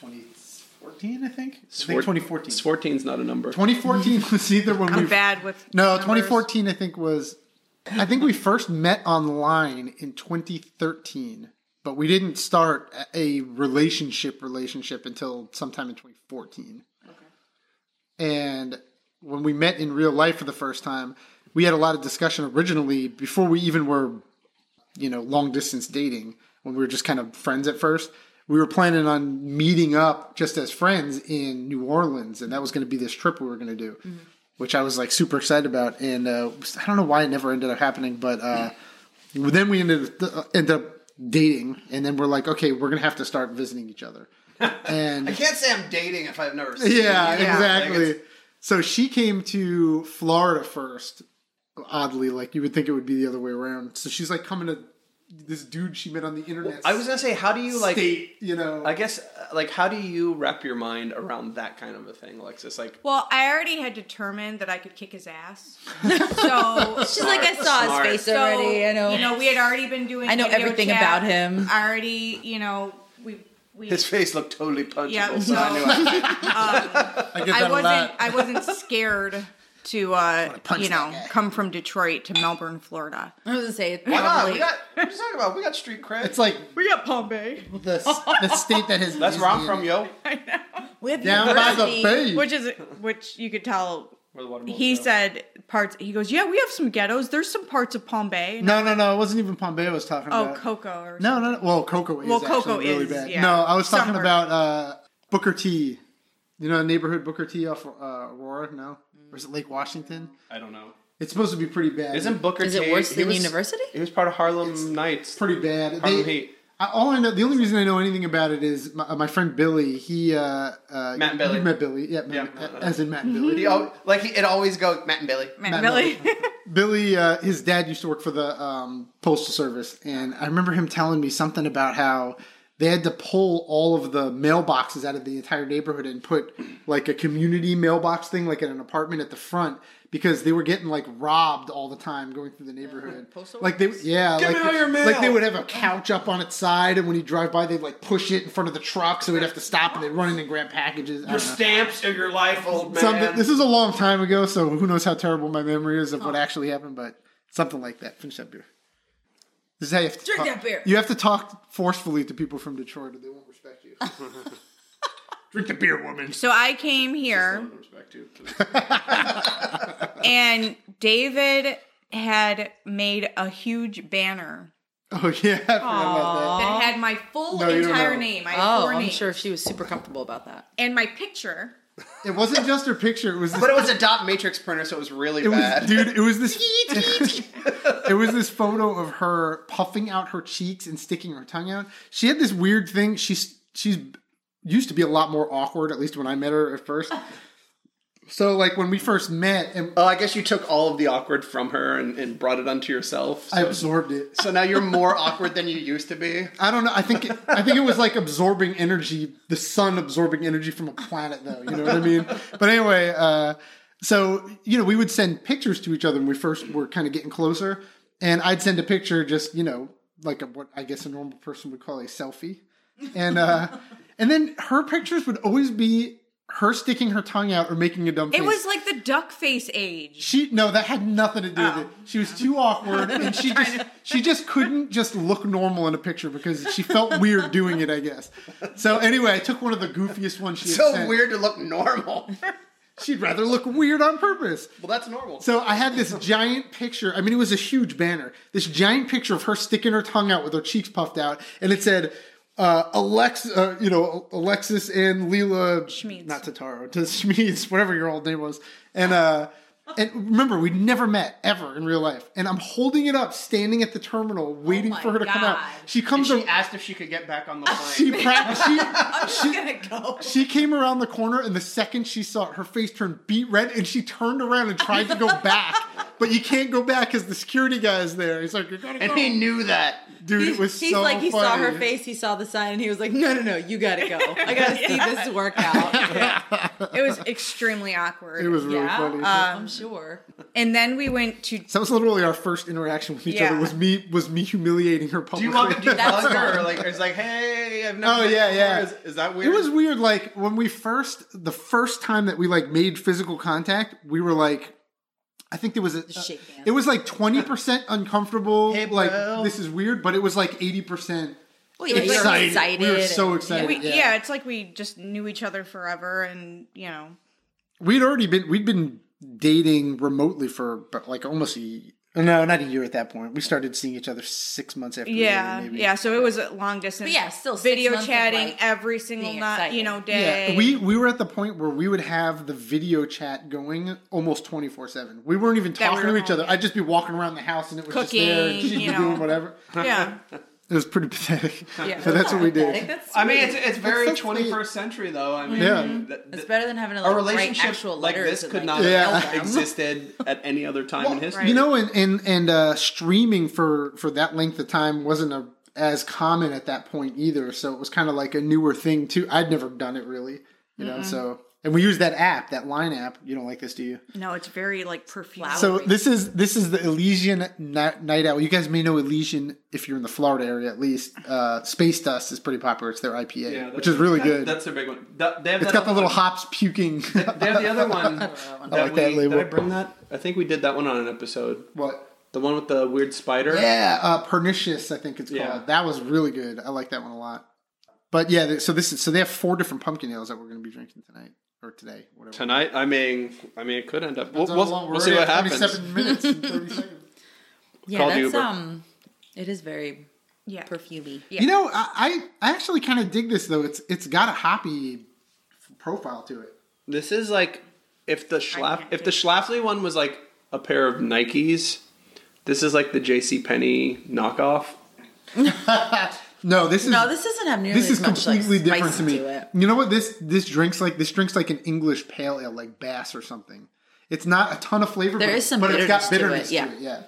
Speaker 3: 2014, I think. I
Speaker 1: Four-
Speaker 3: think 2014.
Speaker 1: 14's not a number.
Speaker 3: 2014 was either when we
Speaker 4: I'm bad with
Speaker 3: No,
Speaker 4: numbers.
Speaker 3: 2014 I think was I think we first met online in 2013, but we didn't start a- a relationship relationship until sometime in 2014. And when we met in real life for the first time, we had a lot of discussion originally before we even were you know, long distance dating when we were just kind of friends at first. We were planning on meeting up just as friends in New Orleans, and that was going to be this trip we were going to do, which I was like super excited about. And uh, I don't know why it never ended up happening, but uh, then we ended up, ended up dating, and then we're like, okay, we're going to have to start visiting each other. And
Speaker 1: can't say I'm dating if I've never seen
Speaker 3: yeah,
Speaker 1: you. Like,
Speaker 3: exactly.
Speaker 1: it's-
Speaker 3: so she came to Florida first. Oddly, like you would think it would be the other way around. So she's like coming to this dude she met on the internet.
Speaker 1: I was gonna say, how do you like?
Speaker 3: state, you know.
Speaker 1: I guess, uh, like, how do you wrap your mind around that kind of a thing, Alexis? Like,
Speaker 4: Well, I already had determined that I could kick his ass. So
Speaker 2: She's like I saw
Speaker 1: smart.
Speaker 2: his face
Speaker 4: so,
Speaker 2: already. I know.
Speaker 4: You know, we had already been doing.
Speaker 2: I know
Speaker 4: video
Speaker 2: everything
Speaker 4: chat.
Speaker 2: about him.
Speaker 4: I already, you know, we we.
Speaker 1: his face looked totally punchable.
Speaker 4: yeah,
Speaker 1: so
Speaker 4: so
Speaker 1: I knew I-
Speaker 3: I get
Speaker 4: I
Speaker 3: that a
Speaker 4: wasn't.
Speaker 3: lot.
Speaker 4: I wasn't scared to, uh,
Speaker 3: punch
Speaker 4: you know,
Speaker 3: that guy.
Speaker 4: come from Detroit to Melbourne, Florida.
Speaker 2: I was gonna say it
Speaker 1: Why not?
Speaker 2: probably.
Speaker 1: We got. What are you talking about? We got street cred.
Speaker 3: It's like
Speaker 4: We got Pompeii,
Speaker 3: the, s- the state that has
Speaker 1: that's where I'm
Speaker 3: Disney
Speaker 1: from,
Speaker 3: in it.
Speaker 1: yo.
Speaker 2: we have
Speaker 3: Down by the
Speaker 2: university. Oh,
Speaker 3: bay.
Speaker 4: which is which you could tell.
Speaker 1: Where the watermelons
Speaker 4: He
Speaker 1: grow.
Speaker 4: said parts. He goes, "Yeah, we have some ghettos. There's some parts of Pompeii."
Speaker 3: no, no, no. It wasn't even Pompeii I was talking
Speaker 4: oh,
Speaker 3: about.
Speaker 4: Coco. Or
Speaker 3: No, no, no. Well, Coco is
Speaker 4: Well, Coco
Speaker 3: actually really
Speaker 4: is,
Speaker 3: bad.
Speaker 4: yeah.
Speaker 3: No, I was talking
Speaker 4: Somewhere.
Speaker 3: about uh, Booker T. You know, neighborhood Booker T. off uh, Aurora. No, or is it Lake Washington?
Speaker 1: I don't know.
Speaker 3: It's supposed to be pretty bad.
Speaker 1: Isn't Booker?
Speaker 2: Is it
Speaker 1: T-
Speaker 2: worse
Speaker 1: he
Speaker 2: than
Speaker 1: was-
Speaker 2: university?
Speaker 1: He was part of Harlem Nights.
Speaker 3: pretty bad.
Speaker 1: Harlem
Speaker 3: They-
Speaker 1: Heat.
Speaker 3: I, all I know, the only reason I know anything about it is my, uh, my friend Billy. He uh, uh,
Speaker 1: Matt
Speaker 3: you
Speaker 1: Billy.
Speaker 3: met Billy, yeah, Matt-
Speaker 1: Matt Billy.
Speaker 3: as in Matt Billy.
Speaker 1: He al- like he, it always goes Matt and Billy.
Speaker 4: man,
Speaker 3: Matt
Speaker 4: really?
Speaker 3: Billy, uh, his dad used to work for the um, postal service, and I remember him telling me something about how they had to pull all of the mailboxes out of the entire neighborhood and put like a community mailbox thing, like in an apartment at the front, because they were getting like robbed all the time going through the neighborhood.
Speaker 2: postal
Speaker 3: like they, yeah,
Speaker 1: Give me
Speaker 3: like,
Speaker 1: all your mail!
Speaker 3: like they would have a couch up on its side, and when you drive by, they'd like push it in front of the truck, so we'd have to stop and they'd run in and grab packages. I don't know.
Speaker 1: Stamps of your life, old man.
Speaker 3: Something, this is a long time ago, so who knows how terrible my memory is of what actually happened, but something like that. Finish that beer. This is how you have to
Speaker 2: Drink
Speaker 3: talk-
Speaker 2: that beer.
Speaker 3: You have to talk forcefully to people from Detroit, or they won't respect you. Drink the beer, woman.
Speaker 4: so I came here.
Speaker 1: Respect to-
Speaker 4: and David had made a huge banner
Speaker 3: Oh yeah, I forgot about that.
Speaker 4: that had my full
Speaker 3: No, you don't
Speaker 4: entire
Speaker 3: know.
Speaker 4: name. I had
Speaker 2: Oh,
Speaker 4: four
Speaker 2: I'm
Speaker 4: names.
Speaker 2: sure she was super comfortable about that.
Speaker 4: And my picture.
Speaker 3: It wasn't just her picture. It was. This,
Speaker 1: But it was a dot matrix printer, so it was really
Speaker 3: it was-
Speaker 1: bad.
Speaker 3: dude. It was this. it was this photo of her puffing out her cheeks and sticking her tongue out. She had this weird thing. She's she's used to be a lot more awkward, at least when I met her at first. So like when we first met, and
Speaker 1: Oh, I guess you took all of the awkward from her and, and brought it onto yourself.
Speaker 3: I
Speaker 1: So,
Speaker 3: absorbed it.
Speaker 1: so now you're more awkward than you used to be.
Speaker 3: I don't know. I think it, I think it was like absorbing energy, the sun absorbing energy from a planet, though. You know what I mean? But anyway, uh, so you know, we would send pictures to each other when we first were kind of getting closer, and I'd send a picture, just you know, like a, what I guess a normal person would call a selfie, and uh, and then her pictures would always be her sticking her tongue out or making a dumb face.
Speaker 4: It was like the duck face age.
Speaker 3: She no, that had nothing to do with it. She was too awkward, and she just she just couldn't just look normal in a picture because she felt weird doing it. I guess. So anyway, I took one of the goofiest ones she had
Speaker 1: So
Speaker 3: sent.
Speaker 1: weird to look normal.
Speaker 3: She'd rather look weird on purpose.
Speaker 1: Well, that's normal.
Speaker 3: So I had this giant picture. I mean, it was a huge banner. This giant picture of her sticking her tongue out with her cheeks puffed out, and it said, uh, "Alex, uh, you know, Alexis and Leela,
Speaker 4: Schmeeds.
Speaker 3: not Tataro, to Schmeeds, whatever your old name was." And uh, and remember, we'd never met ever in real life. And I'm holding it up, standing at the terminal, waiting
Speaker 4: Oh my
Speaker 3: for her to come out.
Speaker 4: God.
Speaker 3: She
Speaker 1: And
Speaker 3: comes.
Speaker 1: she
Speaker 3: She,
Speaker 1: asked if she could get back on the plane.
Speaker 3: she, pra- she
Speaker 4: I'm gonna go.
Speaker 3: she came around the corner, and the second she saw it, her face turned beet red, and she turned around and tried to go back. But you can't go back because the security guy is there. He's like, "You gotta
Speaker 1: and
Speaker 3: go,
Speaker 1: he knew that.
Speaker 3: dude." it was
Speaker 2: he's
Speaker 3: so
Speaker 2: like he saw her
Speaker 3: funny.
Speaker 2: face, he saw the sign, and he was like, "No, no, no, you gotta go. I gotta see this work out."
Speaker 4: It was extremely awkward.
Speaker 3: It was really
Speaker 2: yeah, uh,
Speaker 3: funny.
Speaker 2: I'm sure.
Speaker 4: and then we went to
Speaker 3: so that was literally our first interaction with each other.
Speaker 4: Yeah.
Speaker 3: Was me was me humiliating her publicly.
Speaker 1: Do you want to do
Speaker 2: That's
Speaker 1: hug her?
Speaker 2: fine.
Speaker 1: Or like, it's like, hey, I've never.
Speaker 3: Oh
Speaker 1: met
Speaker 3: yeah,
Speaker 1: you
Speaker 3: yeah.
Speaker 1: before. Is, is that weird?
Speaker 3: It was weird. Like when we first, the first time that we like made physical contact, we were like, I think there was a.
Speaker 2: shake hands.
Speaker 3: it was like twenty percent uncomfortable.
Speaker 1: Hey,
Speaker 3: like
Speaker 1: bro.
Speaker 3: this is weird, but it was like eighty percent
Speaker 2: Well,
Speaker 4: It was
Speaker 2: you're
Speaker 3: excited.
Speaker 2: excited.
Speaker 3: We were so
Speaker 2: and-
Speaker 3: excited.
Speaker 4: we,
Speaker 3: yeah.
Speaker 4: yeah. it's like we just knew each other forever, and you know,
Speaker 3: We'd already been we'd been dating remotely for but like almost a year. no, not a year at that point. We started seeing each other six months after.
Speaker 4: yeah,
Speaker 3: we were, maybe.
Speaker 4: yeah. So it was a long distance.
Speaker 2: But yeah, still six
Speaker 4: video
Speaker 2: months of,
Speaker 4: chatting
Speaker 2: like,
Speaker 4: every single
Speaker 2: being
Speaker 4: night, you
Speaker 2: excited.
Speaker 4: know, day.
Speaker 3: Yeah, we we were at the point where we would have the video chat going almost twenty four seven. We weren't even
Speaker 4: That we
Speaker 3: talking
Speaker 4: were
Speaker 3: to each
Speaker 4: on,
Speaker 3: other. I'd just be walking around the house and it was just there, and
Speaker 4: Cooking,
Speaker 3: she'd be
Speaker 4: you know.
Speaker 3: doing whatever.
Speaker 4: yeah,
Speaker 3: It was pretty pathetic,
Speaker 4: Yeah.
Speaker 3: but that's what we
Speaker 2: I think
Speaker 3: did.
Speaker 2: that's
Speaker 1: I mean, it's, it's very
Speaker 3: so sweet.
Speaker 1: 21st century, though. I mean,
Speaker 3: Yeah.
Speaker 1: th- th-
Speaker 2: it's better than having to
Speaker 1: a
Speaker 2: like, write
Speaker 1: relationship
Speaker 2: actual
Speaker 1: like
Speaker 2: letters
Speaker 1: this
Speaker 2: and,
Speaker 1: could not
Speaker 2: like,
Speaker 3: Yeah.
Speaker 1: have existed at any other time in history.
Speaker 3: You know, and and and uh, streaming for for that length of time wasn't a, as common at that point either. So it was kind of like a newer thing too. I'd never done it really, you know. So and we used that app, that Line app. You don't like this, do you?
Speaker 4: no, it's very like perfume.
Speaker 3: So this is this is the Elysian Ni- Night Owl. You guys may know Elysian if you're in the Florida area at least. Uh, Space Dust is pretty popular. It's their IPA,
Speaker 1: Yeah, that-
Speaker 3: which is really
Speaker 1: that-
Speaker 3: good.
Speaker 1: That's a big one. That- they have
Speaker 3: it's
Speaker 1: that
Speaker 3: got the
Speaker 1: other
Speaker 3: little
Speaker 1: one.
Speaker 3: hops puking.
Speaker 1: They have the other one.
Speaker 3: I like
Speaker 1: we-
Speaker 3: that label.
Speaker 1: Did I bring that? I think we did that one on an episode.
Speaker 3: what?
Speaker 1: The one with the weird spider.
Speaker 3: Yeah, uh, Pernicious. I think it's called.
Speaker 1: Yeah.
Speaker 3: That was really good. I like that one a lot. But yeah, th- so this is so they have four different pumpkin ales that we're going to be drinking tonight or today, whatever.
Speaker 1: Tonight, I mean, I mean, it could end up. We'll,
Speaker 3: That's how
Speaker 1: we'll-
Speaker 3: long we're
Speaker 1: we'll see
Speaker 3: at,
Speaker 1: what happens.
Speaker 3: 27 minutes and 30 seconds.
Speaker 2: Yeah,
Speaker 1: Called
Speaker 2: that's
Speaker 1: Uber.
Speaker 2: um, it is very
Speaker 4: yeah,
Speaker 2: perfumey.
Speaker 4: Yeah.
Speaker 3: You know, I, I I actually kind of dig this though. It's it's got a hoppy profile to it.
Speaker 1: This is like if the Schlaf,
Speaker 4: can't
Speaker 1: if
Speaker 4: do
Speaker 1: the Schlafly one was like a pair of Nikes. This is like the J.C. Penney knockoff.
Speaker 3: No, this is
Speaker 2: No, this doesn't have nearly
Speaker 3: this
Speaker 2: as
Speaker 3: is
Speaker 2: much, like,
Speaker 3: completely different
Speaker 2: spice
Speaker 3: to me.
Speaker 2: to it.
Speaker 3: You know what this this drinks like? This drinks like an English pale ale, like Bass or something. It's not a ton of flavor.
Speaker 2: There
Speaker 3: but,
Speaker 2: is some
Speaker 3: but it's got
Speaker 2: bitterness
Speaker 3: bitterness to
Speaker 2: to it,
Speaker 3: it. yeah,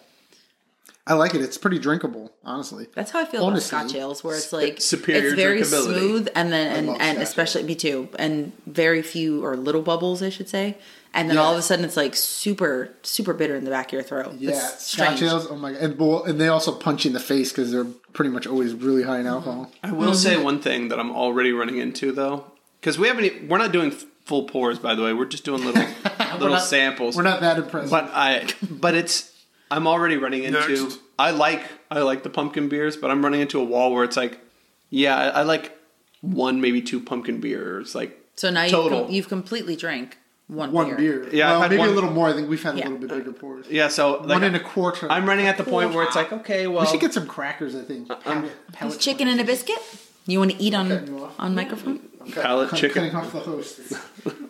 Speaker 3: I like it. It's pretty drinkable, honestly.
Speaker 2: That's how I feel
Speaker 3: Honestly.
Speaker 2: about Scotch ales, where it's like
Speaker 1: superior
Speaker 2: it's very
Speaker 1: drinkability.
Speaker 2: smooth, and then
Speaker 3: love
Speaker 2: and, and
Speaker 3: Scotch
Speaker 2: especially me too, and very few or little bubbles, I should say. And then all of
Speaker 3: Yeah.
Speaker 2: a sudden, it's like super super bitter in the back of your throat.
Speaker 3: yeah,
Speaker 2: it's
Speaker 3: Scotch
Speaker 2: strange.
Speaker 3: ales. Oh my god, and well, and they also punch you in the face because they're pretty much always really high in
Speaker 2: Mm-hmm.
Speaker 3: alcohol.
Speaker 1: I will say one thing that I'm already running into though, because we haven't. e- We're not doing f- full pours, by the way. We're just doing little little
Speaker 3: not-
Speaker 1: samples.
Speaker 3: We're not that impressed.
Speaker 1: But I, but it's I'm already running into.
Speaker 3: Next.
Speaker 1: I like I like the pumpkin beers, but I'm running into a wall where it's like, yeah, I, I like one maybe two pumpkin beers, like
Speaker 2: So now you've,
Speaker 1: total.
Speaker 2: com- you've completely drank one,
Speaker 3: one beer.
Speaker 1: Yeah, I've
Speaker 3: well,
Speaker 1: had
Speaker 3: maybe a
Speaker 1: one-
Speaker 3: little more. I think we've had
Speaker 2: Yeah.
Speaker 3: a little bit bigger pours.
Speaker 1: yeah, so like,
Speaker 3: one and a quarter.
Speaker 1: I'm running at the point where it's like, okay, well,
Speaker 3: We should get some crackers. I think. Pellet-
Speaker 2: Chicken and a biscuit. You want to eat on
Speaker 3: Okay, Noah.
Speaker 2: on microphone?
Speaker 1: palate
Speaker 3: cut-
Speaker 1: chicken.
Speaker 3: Cutting off the host.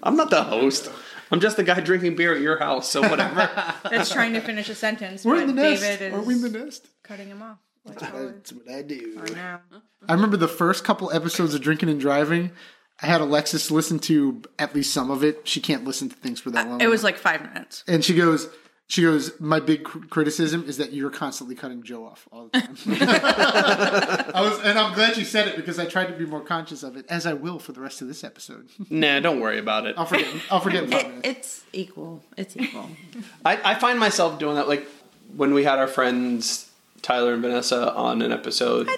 Speaker 1: I'm not the host. I'm just the guy drinking beer at your house, so whatever.
Speaker 4: that's trying to finish a sentence.
Speaker 3: We're
Speaker 4: but
Speaker 3: in the nest.
Speaker 4: David is
Speaker 3: Are we in the nest?
Speaker 4: cutting him off. Like always.
Speaker 3: That's what I do.
Speaker 4: I know.
Speaker 3: I remember the first couple episodes of Drinking and Driving. I had Alexis listen to at least some of it. She can't listen to things for that long.
Speaker 4: Uh, It was like five minutes.
Speaker 3: and she goes, she goes. My big cr- criticism is that you're constantly cutting Joe off all the time. I was, and I'm glad you said it because I tried to be more conscious of it, as I will for the rest of this episode.
Speaker 1: nah, don't worry about it.
Speaker 3: I'll forget. I'll forget. In five minutes.
Speaker 2: It's equal. It's equal.
Speaker 1: I, I find myself doing that, like when we had our friends Tyler and Vanessa on an episode.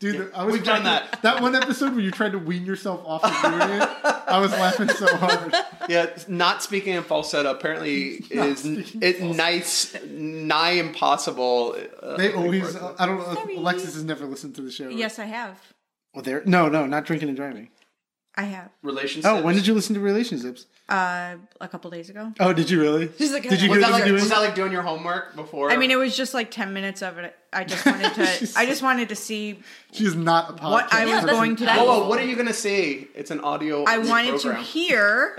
Speaker 3: Dude, I was
Speaker 1: we've done
Speaker 3: trying to- That one episode where you tried to wean yourself off of doing it, I was laughing so hard.
Speaker 1: Yeah, not speaking in falsetto apparently is it nice, nigh impossible. Uh,
Speaker 3: They always, I don't know, Alexis has never listened to the show.
Speaker 4: Yes, I have.
Speaker 3: Oh, Well, they're, no, no, not drinking and driving.
Speaker 4: I have
Speaker 1: Relationships.
Speaker 3: Oh, when did you listen to relationships?
Speaker 4: uh, a couple days ago.
Speaker 3: Oh, did you really?
Speaker 4: She's like,
Speaker 3: did you hear
Speaker 4: Was
Speaker 1: Was that,
Speaker 3: them
Speaker 1: like,
Speaker 3: doing?
Speaker 1: was that like doing your homework before?
Speaker 4: I mean, it was just like ten minutes of it. I just wanted to. I just wanted to see
Speaker 3: She's not a podcast.
Speaker 4: what
Speaker 2: Yeah,
Speaker 4: I was
Speaker 2: that's-
Speaker 4: going to.
Speaker 2: that's-
Speaker 1: Whoa, whoa, what are you gonna see? It's an audio.
Speaker 4: I
Speaker 1: only
Speaker 4: wanted to
Speaker 1: program.
Speaker 4: hear.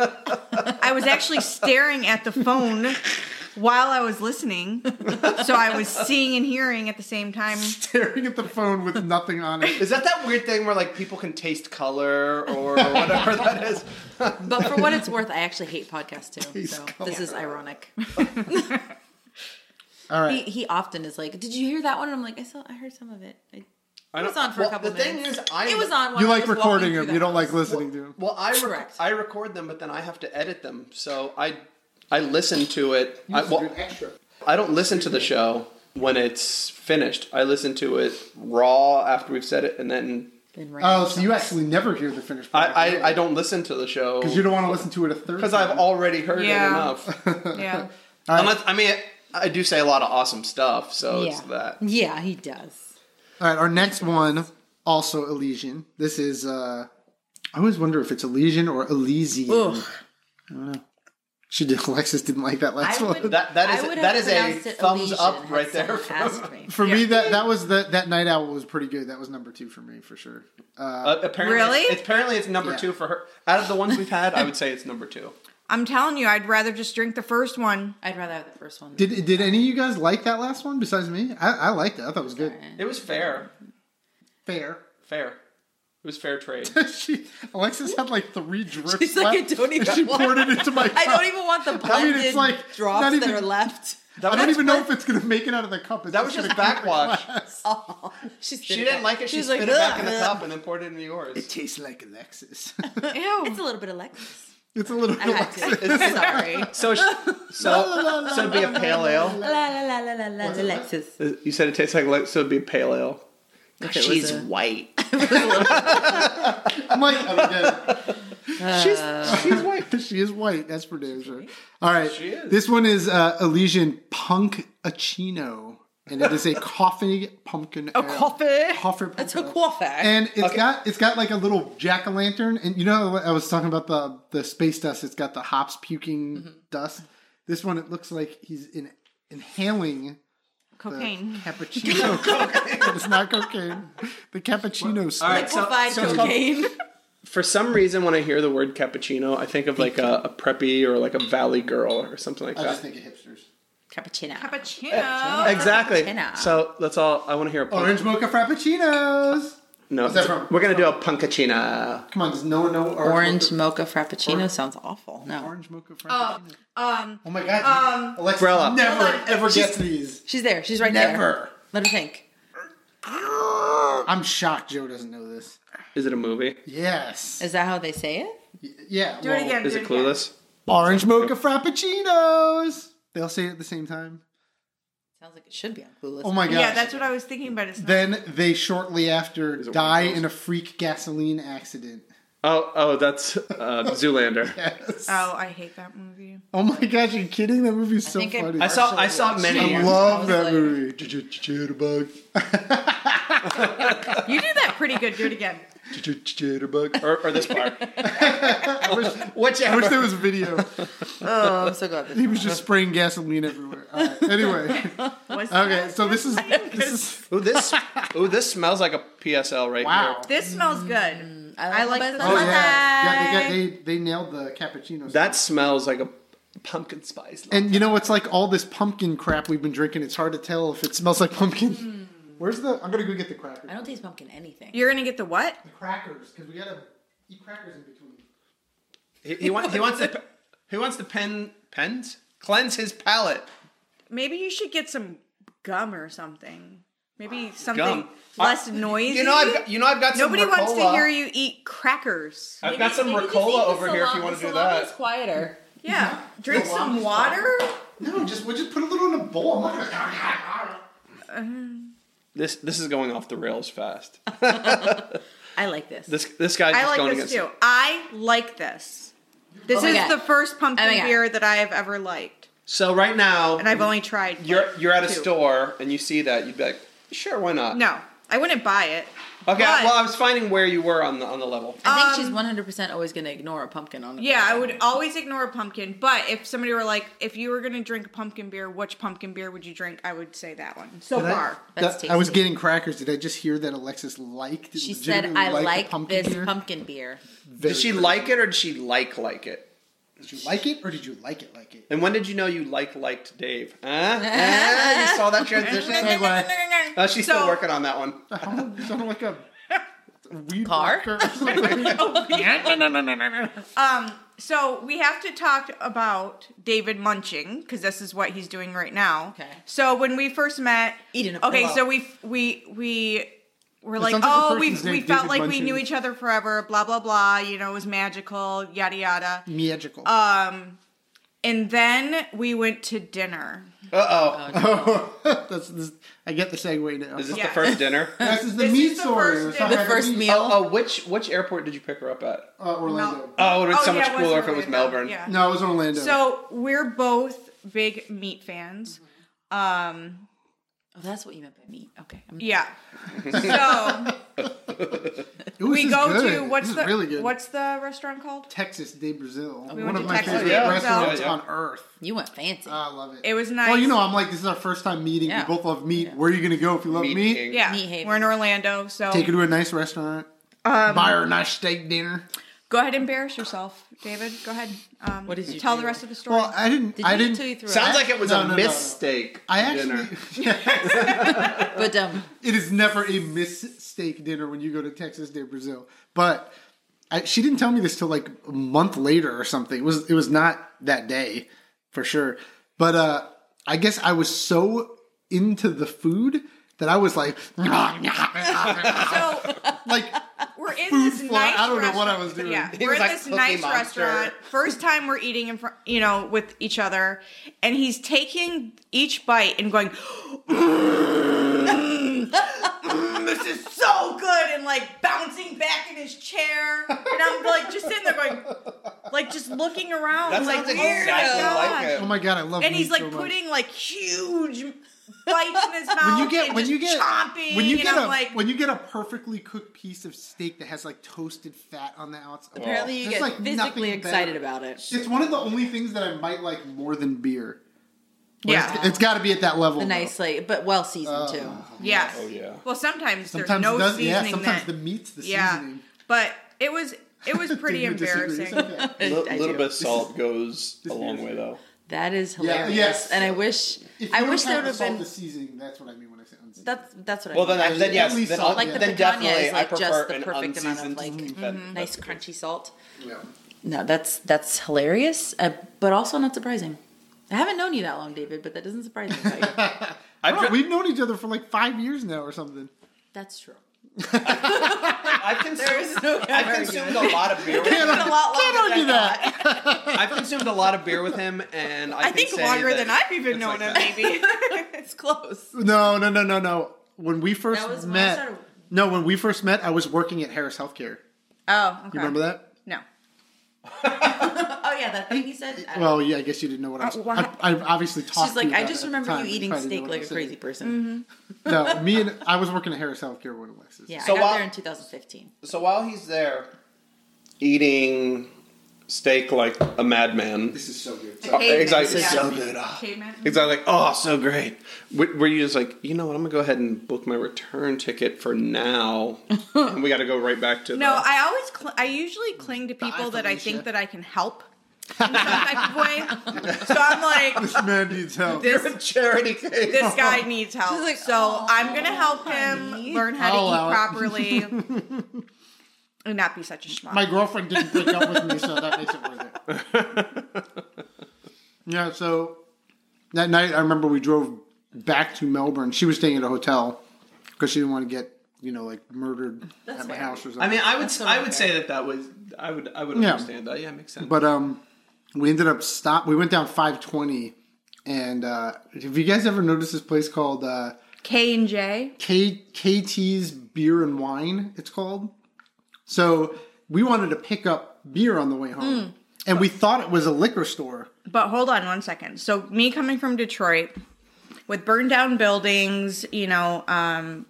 Speaker 4: I was actually staring at the phone while I was listening, so I was seeing and hearing at the same time.
Speaker 3: staring at the phone with nothing on it.
Speaker 1: Is that that weird thing where like people can taste color or whatever that is?
Speaker 2: But for what it's worth, I actually hate podcasts too. So
Speaker 3: Please,
Speaker 2: this is ironic.
Speaker 3: All
Speaker 2: He,
Speaker 3: right.
Speaker 2: he often is like, "Did you hear that one?" And I'm like, "I saw, I heard some of it. I,
Speaker 1: I
Speaker 2: it was
Speaker 1: don't-
Speaker 2: on for
Speaker 1: well,
Speaker 2: a couple
Speaker 1: the
Speaker 2: minutes.
Speaker 1: thing is, I-
Speaker 2: it was on. While
Speaker 3: You
Speaker 2: I
Speaker 3: like
Speaker 2: was walking
Speaker 3: recording
Speaker 2: through
Speaker 3: them.
Speaker 2: the
Speaker 3: You don't like
Speaker 2: house.
Speaker 3: listening to them.
Speaker 1: Well, I rec-
Speaker 2: Correct.
Speaker 1: I record them, but then I have to edit them. So I I listen to it. I, well,
Speaker 3: extra.
Speaker 1: I don't listen to the show when it's finished. I listen to it raw after we've said it, and then
Speaker 2: Been raining.
Speaker 3: Oh, so you actually never hear the finished
Speaker 1: I I, I don't listen to the show
Speaker 3: because you don't want to listen to it a third.
Speaker 1: because I've
Speaker 3: time.
Speaker 1: already heard
Speaker 4: Yeah.
Speaker 1: it enough.
Speaker 4: Yeah.
Speaker 3: All right.
Speaker 1: Unless I mean. I do say a lot of awesome stuff, so it's that.
Speaker 2: Yeah, he does.
Speaker 3: All right, our next one also Elysian. This is uh I always wonder if it's Elysian or Elysian.
Speaker 2: Ugh.
Speaker 3: She did Alexis didn't like that last
Speaker 2: I would-
Speaker 3: one.
Speaker 1: That that
Speaker 2: I
Speaker 1: is
Speaker 2: would have
Speaker 1: that is
Speaker 2: pronounced
Speaker 1: a
Speaker 2: it
Speaker 1: thumbs
Speaker 2: Elysian
Speaker 1: up
Speaker 2: had
Speaker 1: right there.
Speaker 2: someone
Speaker 1: From,
Speaker 2: asked me.
Speaker 3: for me that that was the that night owl was pretty good. That was number 2 for me for sure.
Speaker 1: uh, apparently,
Speaker 4: Really?
Speaker 1: It's, apparently, it's number
Speaker 3: Yeah.
Speaker 1: two for her. Out of the ones we've had, I would say it's number two.
Speaker 4: I'm telling you, I'd rather just drink the first one.
Speaker 2: I'd rather have the first one.
Speaker 3: Did did any of you guys like that last one besides me? I, I liked it. I thought it was good.
Speaker 1: It was fair.
Speaker 3: Fair.
Speaker 1: Fair. It was fair trade.
Speaker 3: she Alexis had like three drips
Speaker 2: She's like,
Speaker 3: left.
Speaker 2: I don't even
Speaker 3: she
Speaker 2: want-
Speaker 3: poured it into my cup.
Speaker 2: I don't even want the
Speaker 3: mean,
Speaker 2: blended
Speaker 3: it's like,
Speaker 2: drops
Speaker 3: not even-
Speaker 2: that are left.
Speaker 3: I don't even know if it's gonna make it out of the cup. It's
Speaker 1: That was just backwash.
Speaker 2: Oh, she's
Speaker 1: She didn't like it. She spit it back in the cup and then poured it into yours.
Speaker 3: tastes like Alexis.
Speaker 2: It's
Speaker 4: Ew.
Speaker 2: a little bit of Lexus.
Speaker 3: it's a little
Speaker 2: I had to. Sorry.
Speaker 1: So, sh- so, so it'd be a pale ale. Uh,
Speaker 2: La la la la la la la Lexus.
Speaker 1: You said it tastes like Lex, so it'd be a pale ale.
Speaker 2: If it was a-
Speaker 1: white.
Speaker 3: I'm like, I'm dead.
Speaker 1: She's
Speaker 3: She's white. She is white. That's for damn sure. All right.
Speaker 1: She is.
Speaker 3: This one is uh, Elysian Punk Achino, and it is a coffee pumpkin. A
Speaker 4: coffee?
Speaker 3: Coffee. Pumpkin.
Speaker 2: It's a quaffer.
Speaker 3: and it's got it's got like a little jack o' lantern, and you know what I was talking about the the space dust. It's got the hops puking dust. This one, it looks like he's in, inhaling the
Speaker 4: Cocaine.
Speaker 3: cappuccino. but it's not cocaine. The cappuccino. smoke.
Speaker 1: right, so-
Speaker 2: Liquefied
Speaker 1: so it's called-
Speaker 2: cocaine.
Speaker 1: for some reason when I hear the word cappuccino, I think of like a, a preppy or like a valley girl or something like
Speaker 3: I just
Speaker 1: that.
Speaker 3: think of hipsters.
Speaker 2: Cappuccino.
Speaker 4: Cappuccino.
Speaker 1: Exactly.
Speaker 2: Cappuccino.
Speaker 1: So that's all I want to hear. A punk-
Speaker 3: Orange mocha frappuccinos.
Speaker 1: No,
Speaker 3: that from?
Speaker 1: we're gonna do a punkachina.
Speaker 3: Come on, does no one know orange?
Speaker 2: Orange
Speaker 3: mocha,
Speaker 2: mocha frappuccino sounds awful. No.
Speaker 3: orange mocha frappuccino.
Speaker 4: Um,
Speaker 3: Oh my god, um, Alexa
Speaker 1: Umbrella.
Speaker 3: never
Speaker 4: Alexa-
Speaker 3: ever gets these.
Speaker 2: She's there. She's right there.
Speaker 3: Never.
Speaker 2: Let her think.
Speaker 3: I'm shocked Joe doesn't know this.
Speaker 1: Is it a movie?
Speaker 3: Yes.
Speaker 2: Is that how they say it?
Speaker 3: yeah.
Speaker 4: do it again.
Speaker 1: Is
Speaker 4: do
Speaker 1: it
Speaker 4: again.
Speaker 1: Clueless?
Speaker 3: Orange mocha frappuccinos. They all say it at the same time.
Speaker 2: Sounds like it should be on Clueless.
Speaker 3: Oh my gosh.
Speaker 4: Yeah, that's what I was thinking about. It's not.
Speaker 3: Then they shortly after
Speaker 1: Is it one
Speaker 3: die
Speaker 1: of those?
Speaker 3: in a freak gasoline accident.
Speaker 1: Oh, oh, that's uh, Zoolander.
Speaker 3: Yes.
Speaker 4: oh, I hate that movie.
Speaker 3: Oh my gosh, are you kidding? That movie's so
Speaker 2: think I-
Speaker 3: funny.
Speaker 1: I saw I saw many.
Speaker 3: I
Speaker 2: Yeah.
Speaker 3: love
Speaker 2: I was
Speaker 3: that
Speaker 2: like-
Speaker 3: movie. Jitterbug.
Speaker 4: You did that pretty good. Do it again.
Speaker 3: Jitterbug.
Speaker 1: or, or this part.
Speaker 3: I wish there was video.
Speaker 2: Oh, I'm so glad. This
Speaker 3: He was just spraying gasoline everywhere. All right. Anyway,
Speaker 4: What's
Speaker 3: okay.
Speaker 4: that?
Speaker 3: So this is this is
Speaker 1: Ooh, this ooh, this smells like a PSL right
Speaker 3: wow.
Speaker 1: here.
Speaker 4: This smells good.
Speaker 2: I like,
Speaker 4: I like
Speaker 2: the
Speaker 4: the
Speaker 3: Oh
Speaker 2: best-
Speaker 3: yeah, yeah they, got, they they nailed the cappuccino.
Speaker 1: That smells like a pumpkin spice.
Speaker 3: and you know what's like all this pumpkin crap we've been drinking. It's hard to tell if it smells like pumpkin.
Speaker 2: Hmm.
Speaker 3: Where's the? I'm gonna go get the crackers.
Speaker 2: I don't taste pumpkin anything.
Speaker 4: You're gonna get the what?
Speaker 3: The crackers, because we gotta eat crackers in between.
Speaker 1: he, he, want, he wants to he wants to pen pens cleanse his palate.
Speaker 4: Maybe you should get some gum or something. Maybe something
Speaker 1: Gum.
Speaker 4: less noisy.
Speaker 1: You know I've got, you know I've got some
Speaker 4: Nobody wants to
Speaker 1: Ricola.
Speaker 4: hear you eat crackers.
Speaker 1: I've got some Ricola over here if you want to do
Speaker 2: It's
Speaker 1: that.
Speaker 2: quieter.
Speaker 4: Yeah, drink some water.
Speaker 3: No, just we'll just put a little in a bowl. I'm not gonna. ah,
Speaker 1: This this is going off the rails fast.
Speaker 2: I like this.
Speaker 1: This this guy's
Speaker 4: I
Speaker 1: just going
Speaker 4: like this
Speaker 1: against.
Speaker 4: too. I like this. This
Speaker 2: Oh my
Speaker 4: is
Speaker 2: God.
Speaker 4: the first pumpkin
Speaker 2: Oh my God.
Speaker 4: beer that I have ever liked,
Speaker 1: So right now,
Speaker 4: and I've only tried.
Speaker 1: you're
Speaker 4: like,
Speaker 1: you're at a
Speaker 4: two.
Speaker 1: store and you see that you'd be like, sure, why not?
Speaker 4: No, I I wouldn't buy it.
Speaker 1: Okay,
Speaker 4: But-
Speaker 1: well, I was finding where you were on the on the level.
Speaker 2: I think
Speaker 4: Um,
Speaker 2: she's one hundred percent always going to ignore a pumpkin on. The
Speaker 4: Yeah, I
Speaker 2: program.
Speaker 4: would always ignore a pumpkin, but if somebody were like, if you were gonna drink a pumpkin beer, which pumpkin beer would you drink? I would say that one. So
Speaker 3: Did I-
Speaker 4: far.
Speaker 2: That's
Speaker 3: that- I was
Speaker 2: tasty.
Speaker 3: getting crackers. Did I just hear that Alexis liked?
Speaker 2: She said,
Speaker 3: legitimately
Speaker 2: "I
Speaker 3: liked the
Speaker 2: like this
Speaker 3: beer?"
Speaker 2: pumpkin beer."
Speaker 3: Very
Speaker 1: Did she
Speaker 3: good.
Speaker 1: like it or did she like like it?
Speaker 3: Did you like it or did you like it like it?
Speaker 1: And when did you know you like liked Dave? Huh? Huh? you saw that transition? Uh, she's still
Speaker 4: So-
Speaker 1: working on that one.
Speaker 3: I don't, I don't like a weed
Speaker 2: Car?
Speaker 3: rocker or something.
Speaker 4: So we have to talk about David Munching because this is what he's doing right now.
Speaker 2: Okay.
Speaker 4: So when we first met,
Speaker 2: Eating a
Speaker 4: Okay,
Speaker 2: pillow.
Speaker 4: so we we we were like,
Speaker 3: sounds like a
Speaker 4: oh, we
Speaker 3: person's
Speaker 4: we
Speaker 3: name,
Speaker 4: felt
Speaker 3: David
Speaker 4: like
Speaker 3: Munching."
Speaker 4: we knew each other forever. Blah blah blah. You know, it was magical. Yada yada.
Speaker 3: Magical.
Speaker 4: And then we went to dinner.
Speaker 1: Uh oh.
Speaker 3: That's this, I get the segue now.
Speaker 1: Is this the
Speaker 4: Yeah.
Speaker 1: first dinner?
Speaker 3: this is the
Speaker 4: This
Speaker 3: meat
Speaker 4: is the
Speaker 3: story.
Speaker 4: first-
Speaker 3: We're talking
Speaker 4: the
Speaker 3: about
Speaker 2: first
Speaker 3: meat-
Speaker 2: meal.
Speaker 1: Oh, oh, which which airport did you pick her up at?
Speaker 3: Uh, Orlando.
Speaker 1: Oh, it would be so
Speaker 4: yeah,
Speaker 1: much
Speaker 4: was
Speaker 1: cooler if it was
Speaker 4: Orlando.
Speaker 1: Melbourne.
Speaker 4: Yeah.
Speaker 3: No, it was Orlando.
Speaker 4: So we're both big meat
Speaker 3: Mm-hmm.
Speaker 4: fans.
Speaker 2: Oh, that's what you meant by meat. Okay. I'm-
Speaker 4: Yeah. So
Speaker 3: It was
Speaker 4: we
Speaker 3: just
Speaker 4: go
Speaker 3: good.
Speaker 4: to what's
Speaker 3: This
Speaker 4: the
Speaker 3: is really good.
Speaker 4: what's the restaurant called?
Speaker 3: Texas de Brazil?
Speaker 2: we
Speaker 3: One
Speaker 2: went
Speaker 3: of
Speaker 2: to
Speaker 3: my
Speaker 4: Texas
Speaker 3: favorite
Speaker 1: de Brazil.
Speaker 3: restaurants
Speaker 1: Yeah, yeah.
Speaker 3: on earth.
Speaker 2: You went fancy.
Speaker 3: I love it.
Speaker 4: It was nice.
Speaker 3: Well, you know, I'm like, this is our first time meeting.
Speaker 2: Yeah.
Speaker 3: We both love meat. Where are you going to go if you love
Speaker 1: Meat
Speaker 3: meat?
Speaker 1: King.
Speaker 4: yeah,
Speaker 2: Meat Haven.
Speaker 4: we're in Orlando, so
Speaker 3: Take her to a nice restaurant. buy her a nice steak dinner.
Speaker 4: go ahead and embarrass yourself, David. Go ahead. Um,
Speaker 2: What did you
Speaker 4: tell
Speaker 2: do?
Speaker 4: the rest of the story?
Speaker 3: Well, I didn't.
Speaker 2: Did
Speaker 3: I
Speaker 2: you eat
Speaker 3: didn't.
Speaker 2: till you threw
Speaker 1: Sounds
Speaker 2: up?
Speaker 1: like it was
Speaker 3: No,
Speaker 1: a
Speaker 3: no, no, no.
Speaker 1: mistake.
Speaker 3: I
Speaker 1: dinner.
Speaker 3: actually.
Speaker 2: But um,
Speaker 3: it is never a mistake dinner when you go to Texas Day Brazil. But I, she didn't tell me this till like a month later or something. It was it was not that day for sure. But uh, I guess I was so into the food that I was like, oh
Speaker 4: so
Speaker 3: like
Speaker 4: we're in
Speaker 3: Food
Speaker 4: this
Speaker 3: fly-
Speaker 4: nice.
Speaker 3: I don't know what I was
Speaker 4: restaurant-
Speaker 3: doing.
Speaker 4: Yeah,
Speaker 1: He
Speaker 4: we're
Speaker 1: was
Speaker 4: in
Speaker 1: like
Speaker 4: this
Speaker 1: Cookie
Speaker 4: nice
Speaker 1: Monster.
Speaker 4: restaurant. First time we're eating in front, you know, with each other, and he's taking each bite and going. "Mm, this is so good and like bouncing back in his chair and i'm like just sitting there going like just looking around
Speaker 1: That
Speaker 4: like
Speaker 1: sounds
Speaker 4: "Oh my
Speaker 1: exactly
Speaker 4: gosh."
Speaker 1: like it.
Speaker 3: oh my god, I love.
Speaker 4: and he's
Speaker 3: meat
Speaker 4: like
Speaker 3: so much.
Speaker 4: putting like huge bites in his mouth.
Speaker 3: When you get
Speaker 4: and
Speaker 3: when
Speaker 4: just
Speaker 3: you get
Speaker 4: chomping,
Speaker 3: when you get
Speaker 4: and
Speaker 3: a
Speaker 4: I'm like,
Speaker 3: when you get a perfectly cooked piece of steak that has like toasted fat on the outside.
Speaker 2: apparently you
Speaker 3: There's,
Speaker 2: get
Speaker 3: like, nothing
Speaker 2: physically
Speaker 3: better.
Speaker 2: excited about it.
Speaker 3: It's one of the only things that I might like more than beer.
Speaker 4: yeah,
Speaker 3: It's got to be at that level.
Speaker 2: The
Speaker 3: though.
Speaker 2: nice, like, but well seasoned too.
Speaker 4: yes.
Speaker 1: Oh, yeah.
Speaker 4: Well,
Speaker 3: Sometimes
Speaker 4: sometimes, there's
Speaker 3: it
Speaker 4: no
Speaker 3: does,
Speaker 4: seasoning.
Speaker 3: yeah. Sometimes
Speaker 4: that,
Speaker 3: the meat's the
Speaker 4: yeah,
Speaker 3: seasoning.
Speaker 4: but it was it was pretty
Speaker 3: Dude, you disagree.
Speaker 4: embarrassing.
Speaker 3: It's okay.
Speaker 1: A
Speaker 2: I
Speaker 1: little
Speaker 2: do.
Speaker 1: bit of salt goes a long
Speaker 3: is-
Speaker 1: way, though.
Speaker 2: That is hilarious.
Speaker 3: yes.
Speaker 2: And I wish,
Speaker 3: If
Speaker 2: I
Speaker 3: you
Speaker 2: wish
Speaker 3: don't
Speaker 2: there
Speaker 3: have
Speaker 2: would have
Speaker 3: salt
Speaker 2: been.
Speaker 3: The seasoning. That's what I mean when I say unseasoned.
Speaker 2: That's that's what
Speaker 1: Well,
Speaker 2: I mean.
Speaker 1: then, I, then yes,
Speaker 3: At least
Speaker 1: then,
Speaker 3: salt,
Speaker 1: I'll-
Speaker 3: yeah.
Speaker 2: like the
Speaker 1: then
Speaker 2: picanha
Speaker 1: definitely
Speaker 2: is
Speaker 1: I
Speaker 2: like
Speaker 1: prefer
Speaker 2: just the
Speaker 1: an
Speaker 2: perfect amount of
Speaker 1: unseasoned
Speaker 2: like mm-hmm.
Speaker 1: confetti.
Speaker 2: nice crunchy salt.
Speaker 3: yeah.
Speaker 2: No, that's that's hilarious, uh, but also not surprising. I haven't known you that long, David, but that doesn't surprise me. about you.
Speaker 1: I,
Speaker 3: Bro,
Speaker 1: dr-
Speaker 3: we've known each other for like five years now or something.
Speaker 2: that's true.
Speaker 1: I've consumed, I've consumed a lot of beer. With
Speaker 3: Can't,
Speaker 1: him.
Speaker 2: a lot
Speaker 3: can't
Speaker 2: longer
Speaker 3: argue
Speaker 2: than I
Speaker 3: that.
Speaker 1: I've consumed a lot of beer with him, and I,
Speaker 4: I
Speaker 1: can
Speaker 4: think
Speaker 1: say
Speaker 4: longer
Speaker 1: that
Speaker 4: than I've even
Speaker 1: it's
Speaker 4: known
Speaker 1: like
Speaker 4: him.
Speaker 1: that.
Speaker 4: Maybe
Speaker 2: It's close.
Speaker 3: No, no, no, no, no. When we first
Speaker 2: That was when I
Speaker 3: met,
Speaker 2: started-
Speaker 3: no, when we first met, I was working at Harris Healthcare.
Speaker 4: Oh, okay.
Speaker 3: You remember that?
Speaker 4: No.
Speaker 2: Oh yeah, that thing he said. I-
Speaker 3: Well, yeah, I guess you didn't know what I was.
Speaker 4: Uh,
Speaker 3: I,
Speaker 4: why-
Speaker 3: I obviously talked.
Speaker 2: She's
Speaker 3: to
Speaker 2: like,
Speaker 3: you
Speaker 2: I
Speaker 3: about
Speaker 2: just
Speaker 3: it at the
Speaker 2: remember
Speaker 3: time.
Speaker 2: you eating
Speaker 3: probably didn't
Speaker 2: steak
Speaker 3: know what I
Speaker 2: like a
Speaker 3: was
Speaker 2: crazy
Speaker 3: saying.
Speaker 2: person.
Speaker 3: No, me and I was working at Harris Healthcare when Alexis.
Speaker 2: Yeah,
Speaker 1: So
Speaker 2: I got
Speaker 1: while-
Speaker 2: there in 2015.
Speaker 1: So while he's there eating steak like a madman,
Speaker 3: this is so good.
Speaker 1: uh,
Speaker 4: Hey,
Speaker 1: exactly,
Speaker 4: yeah.
Speaker 1: so good. ah.
Speaker 4: Caveman.
Speaker 1: Exactly. Like, oh, so great. W- Were you just like, you know what? I'm gonna go ahead and book my return ticket for now, and we got to go right back to
Speaker 4: No,
Speaker 1: the-
Speaker 4: I always cl- I usually cling to people that I
Speaker 3: Felicia.
Speaker 4: think that I can help in some type of way. So I'm like,
Speaker 3: This man needs help.
Speaker 1: You're a charity case.
Speaker 4: this guy needs help.
Speaker 2: She's like,
Speaker 4: so I'm gonna help him learn how
Speaker 3: I'll allow it.
Speaker 4: to eat properly and not be such a schmuck.
Speaker 3: My girlfriend didn't break up with me, so that makes it worth it. yeah, so that night I remember we drove back to Melbourne. She was staying at a hotel because she didn't want to get, you know, like murdered
Speaker 2: That's
Speaker 3: at my
Speaker 2: fair.
Speaker 3: house or something.
Speaker 1: I mean, I would,
Speaker 2: That's so
Speaker 1: I would
Speaker 2: unfair.
Speaker 1: say that that was, I would, I would
Speaker 3: Yeah.
Speaker 1: understand that. Yeah, it makes sense.
Speaker 3: but um, we ended up stop. We went down five twenty, and uh, have you guys ever noticed this place called uh,
Speaker 4: K and J.
Speaker 3: K KT's Beer and Wine, it's called. So we wanted to pick up beer on the way
Speaker 2: Mm.
Speaker 3: home. And we thought it was a liquor store.
Speaker 4: But hold on one second. So me coming from Detroit with burned down buildings, you know, um,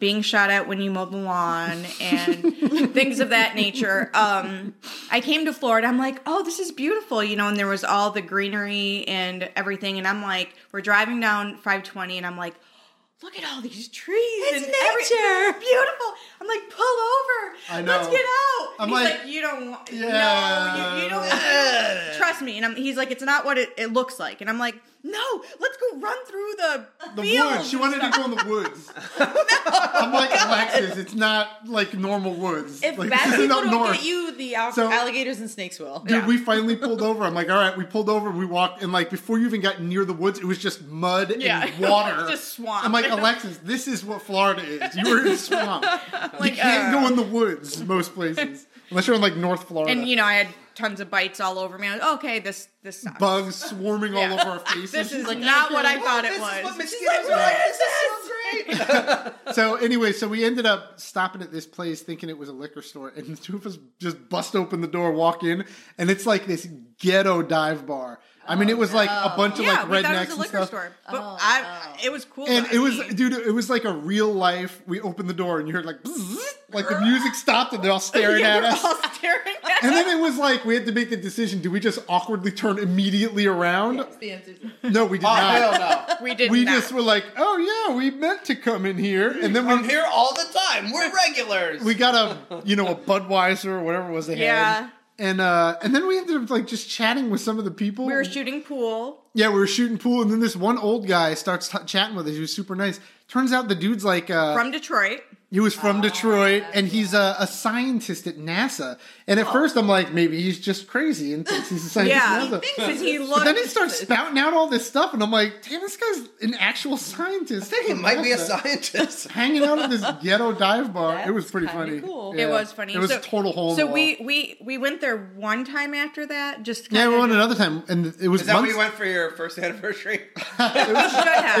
Speaker 4: being shot at when you mow the lawn and things of that nature. Um, I came to Florida. I'm like, oh, this is beautiful, you know. And there was all the greenery and everything. And I'm like, we're driving down 520, and I'm like, look at all these trees
Speaker 2: It's
Speaker 4: and every-
Speaker 2: nature.
Speaker 4: beautiful. I'm like, pull over.
Speaker 3: I
Speaker 4: Let's
Speaker 3: know.
Speaker 4: get out.
Speaker 3: I'm
Speaker 4: And he's
Speaker 3: like,
Speaker 4: like, you don't. want
Speaker 3: Yeah.
Speaker 4: No, you, you don't. Trust me. And I'm, he's like, it's not what it, it looks like. And I'm like, no, let's go run through the
Speaker 3: The
Speaker 4: fields
Speaker 3: woods. She
Speaker 4: and
Speaker 3: wanted to go in the woods. I'm like, Alexis, it's not like normal woods.
Speaker 2: If
Speaker 3: like,
Speaker 2: bad
Speaker 3: this isn't
Speaker 2: people
Speaker 3: up
Speaker 2: don't
Speaker 3: north.
Speaker 2: get you, the al-
Speaker 3: So-
Speaker 2: alligators and snakes will.
Speaker 3: Dude, we finally pulled over. I'm like, all right, we pulled over, we walked, and like before you even got near the woods, it was just mud
Speaker 4: Yeah.
Speaker 3: and water.
Speaker 4: Just swamp.
Speaker 3: I'm like, Alexis, this is what Florida is. You were in a swamp. you can't
Speaker 4: uh.
Speaker 3: go in the woods most places. Unless you're in like North Florida.
Speaker 4: and you know, I had tons of bites all over me. I was like, okay, this this sucks.
Speaker 3: bugs swarming
Speaker 4: Yeah.
Speaker 3: all over our faces.
Speaker 4: This is not what I thought it
Speaker 1: oh, This is what
Speaker 4: was.
Speaker 1: mosquitoes are like. This sounds great.
Speaker 3: so anyway, so we ended up stopping at this place thinking it was a liquor store, and the two of us just bust open the door, walk in, and it's like this ghetto dive bar. I mean, it was like a bunch
Speaker 4: Oh, Yeah,
Speaker 3: of
Speaker 4: we
Speaker 3: like
Speaker 4: thought
Speaker 3: rednecks
Speaker 4: it was a
Speaker 3: and
Speaker 4: liquor
Speaker 3: stuff.
Speaker 4: store, but
Speaker 2: Oh,
Speaker 4: I it was cool.
Speaker 3: And
Speaker 4: though.
Speaker 3: it
Speaker 4: I
Speaker 3: was,
Speaker 4: mean,
Speaker 3: dude, it was like a real life. We opened the door and you heard like, bzzz, like the music stopped and they're all staring
Speaker 4: they
Speaker 3: at
Speaker 4: were
Speaker 3: us.
Speaker 4: all staring at
Speaker 3: and then it was like, we had to make the decision do we just awkwardly turn immediately around?
Speaker 2: the answer's
Speaker 3: No, we did
Speaker 1: Oh,
Speaker 3: not.
Speaker 1: hell no.
Speaker 4: We did.
Speaker 3: We
Speaker 4: not.
Speaker 3: just were like, oh yeah, we meant to come in here. And then
Speaker 1: I'm
Speaker 3: we,
Speaker 1: here all the time. We're regulars.
Speaker 3: we got a, you know, a Budweiser or whatever it was they
Speaker 4: Yeah.
Speaker 3: had. And, uh, and then we ended up like just chatting with some of the people.
Speaker 4: we were shooting pool.
Speaker 3: Yeah, we were shooting pool, and then this one old guy starts t- chatting with us. He was super nice. Turns out the dude's like uh,
Speaker 4: from Oh, Detroit.
Speaker 3: He was from Detroit, and he's a, a scientist at NASA. And at first, I'm like, maybe he's just crazy and thinks he's a scientist at
Speaker 4: Oh. Yeah,
Speaker 3: NASA.
Speaker 4: because he
Speaker 3: But then
Speaker 4: looked.
Speaker 3: he starts spouting out all this stuff, and I'm like, damn, this guy's an actual scientist.
Speaker 1: I think it might be a
Speaker 3: NASA.
Speaker 1: scientist.
Speaker 3: Hanging out at this ghetto dive bar, it was
Speaker 2: That's
Speaker 3: pretty
Speaker 2: kinda
Speaker 3: funny.
Speaker 2: cool.
Speaker 4: It was funny.
Speaker 3: It was
Speaker 4: so,
Speaker 3: total hole. in
Speaker 4: So
Speaker 3: the
Speaker 4: we
Speaker 3: wall.
Speaker 4: we we went there one time after that. Just
Speaker 3: yeah,
Speaker 4: kinda-
Speaker 3: we went another time, and it was
Speaker 1: Is that where
Speaker 3: months,
Speaker 1: you went for your first anniversary?
Speaker 3: it was,
Speaker 4: Should have.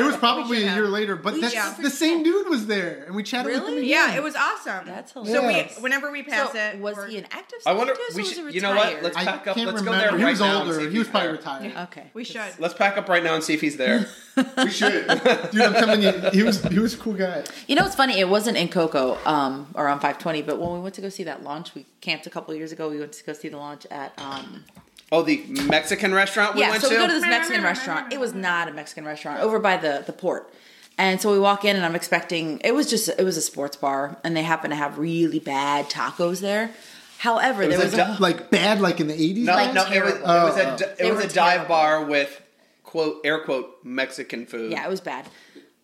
Speaker 3: it was
Speaker 4: We
Speaker 3: probably
Speaker 4: should
Speaker 3: a
Speaker 4: have.
Speaker 3: year later. But that's,
Speaker 4: should
Speaker 3: the same dude was there, and we chatted with him.
Speaker 2: Really?
Speaker 3: again.
Speaker 4: Yeah, it was awesome.
Speaker 2: That's
Speaker 4: So we,
Speaker 3: hilarious.
Speaker 4: whenever we pass
Speaker 2: So,
Speaker 4: it,
Speaker 2: was
Speaker 4: we're-
Speaker 2: he an active
Speaker 1: I wonder-
Speaker 2: scientist
Speaker 1: we
Speaker 2: or was
Speaker 1: should-
Speaker 2: he retired?
Speaker 1: you know what? Let's-
Speaker 3: I
Speaker 1: Back up,
Speaker 3: can't
Speaker 1: let's go
Speaker 3: remember.
Speaker 1: there
Speaker 3: he
Speaker 1: right
Speaker 3: was
Speaker 1: now and see
Speaker 3: older.
Speaker 1: if
Speaker 3: He was
Speaker 1: he's
Speaker 3: probably
Speaker 1: there.
Speaker 3: retired.
Speaker 2: Okay.
Speaker 4: We should.
Speaker 1: Let's pack up right now and see if he's there.
Speaker 3: We should, dude. I'm telling you, he was he was a cool guy.
Speaker 2: You know, it's funny. It wasn't in Coco um, or on 520, but when we went to go see that launch, we camped a couple years ago. We went to go see the launch at. Um,
Speaker 1: Oh, the Mexican restaurant we
Speaker 2: yeah,
Speaker 1: went
Speaker 2: so
Speaker 1: to.
Speaker 2: we go to this Mexican restaurant. It was not a Mexican restaurant over by the the port. And so we walk in, and I'm expecting it was just it was a sports bar, and they happen to have really bad tacos there. However,
Speaker 1: was
Speaker 2: there
Speaker 1: a
Speaker 2: was
Speaker 1: duck.
Speaker 2: a,
Speaker 3: Like bad, like in the '80s.
Speaker 1: no,
Speaker 2: like
Speaker 1: no, it was, it
Speaker 2: terrible.
Speaker 1: was a, it
Speaker 2: They
Speaker 1: was
Speaker 2: were
Speaker 1: a dive
Speaker 2: terrible.
Speaker 1: bar with quote air quote Mexican food.
Speaker 2: yeah, it was bad.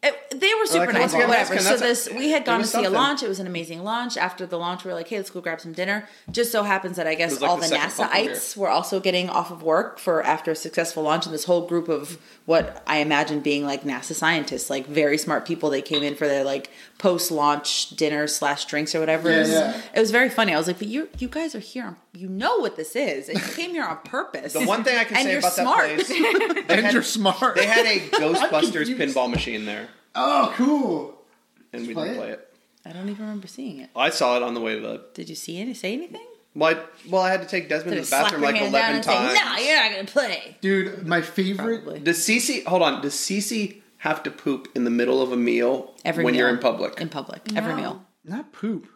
Speaker 2: It, they were super
Speaker 1: come
Speaker 2: nice,
Speaker 1: on,
Speaker 2: but whatever.
Speaker 1: Mexican,
Speaker 2: So
Speaker 1: Oh, that's
Speaker 2: this
Speaker 1: a-
Speaker 2: we had
Speaker 1: it
Speaker 2: gone to
Speaker 1: was
Speaker 2: see a
Speaker 1: something.
Speaker 2: launch. It was an amazing launch. After the launch, we were like, "Hey, let's go grab some dinner." Just so happens that I guess
Speaker 1: was like
Speaker 2: all
Speaker 1: the
Speaker 2: the,
Speaker 1: second fucking year.
Speaker 2: NASAites were also getting off of work for after a successful launch, and this whole group of what I imagine being like NASA scientists, like very smart people, they came in for their like post-launch dinner slash drinks or whatever.
Speaker 3: Yeah,
Speaker 2: it, was,
Speaker 3: yeah.
Speaker 2: it was very funny. I was like, "But you you guys are here. on- You know what this is, and you came here on purpose."
Speaker 1: The one thing I can
Speaker 2: And
Speaker 1: say
Speaker 2: you're
Speaker 1: about
Speaker 2: smart.
Speaker 1: that place,
Speaker 3: and
Speaker 1: had-
Speaker 3: you're smart.
Speaker 1: they had a Ghostbusters
Speaker 3: confused.
Speaker 1: pinball machine there,
Speaker 3: oh, cool.
Speaker 1: and we
Speaker 3: play
Speaker 1: didn't
Speaker 3: it?
Speaker 1: play it.
Speaker 2: I don't even remember seeing it.
Speaker 1: I saw it on the way to the.
Speaker 2: Did you see any? Say anything?
Speaker 1: Well, I, well, I had to take Desmond to the
Speaker 2: Did it slap
Speaker 1: bathroom
Speaker 2: your
Speaker 1: like
Speaker 2: hand
Speaker 1: eleven
Speaker 2: down and
Speaker 1: times.
Speaker 2: Say, no, you're not gonna play.
Speaker 3: Dude, my favorite.
Speaker 2: Probably.
Speaker 1: Does Cece? Hold on. Does Cece have to poop in the middle of a meal
Speaker 2: Every
Speaker 1: when
Speaker 2: meal.
Speaker 1: you're in public?
Speaker 2: In public. Every
Speaker 4: No.
Speaker 2: meal.
Speaker 3: Not poop.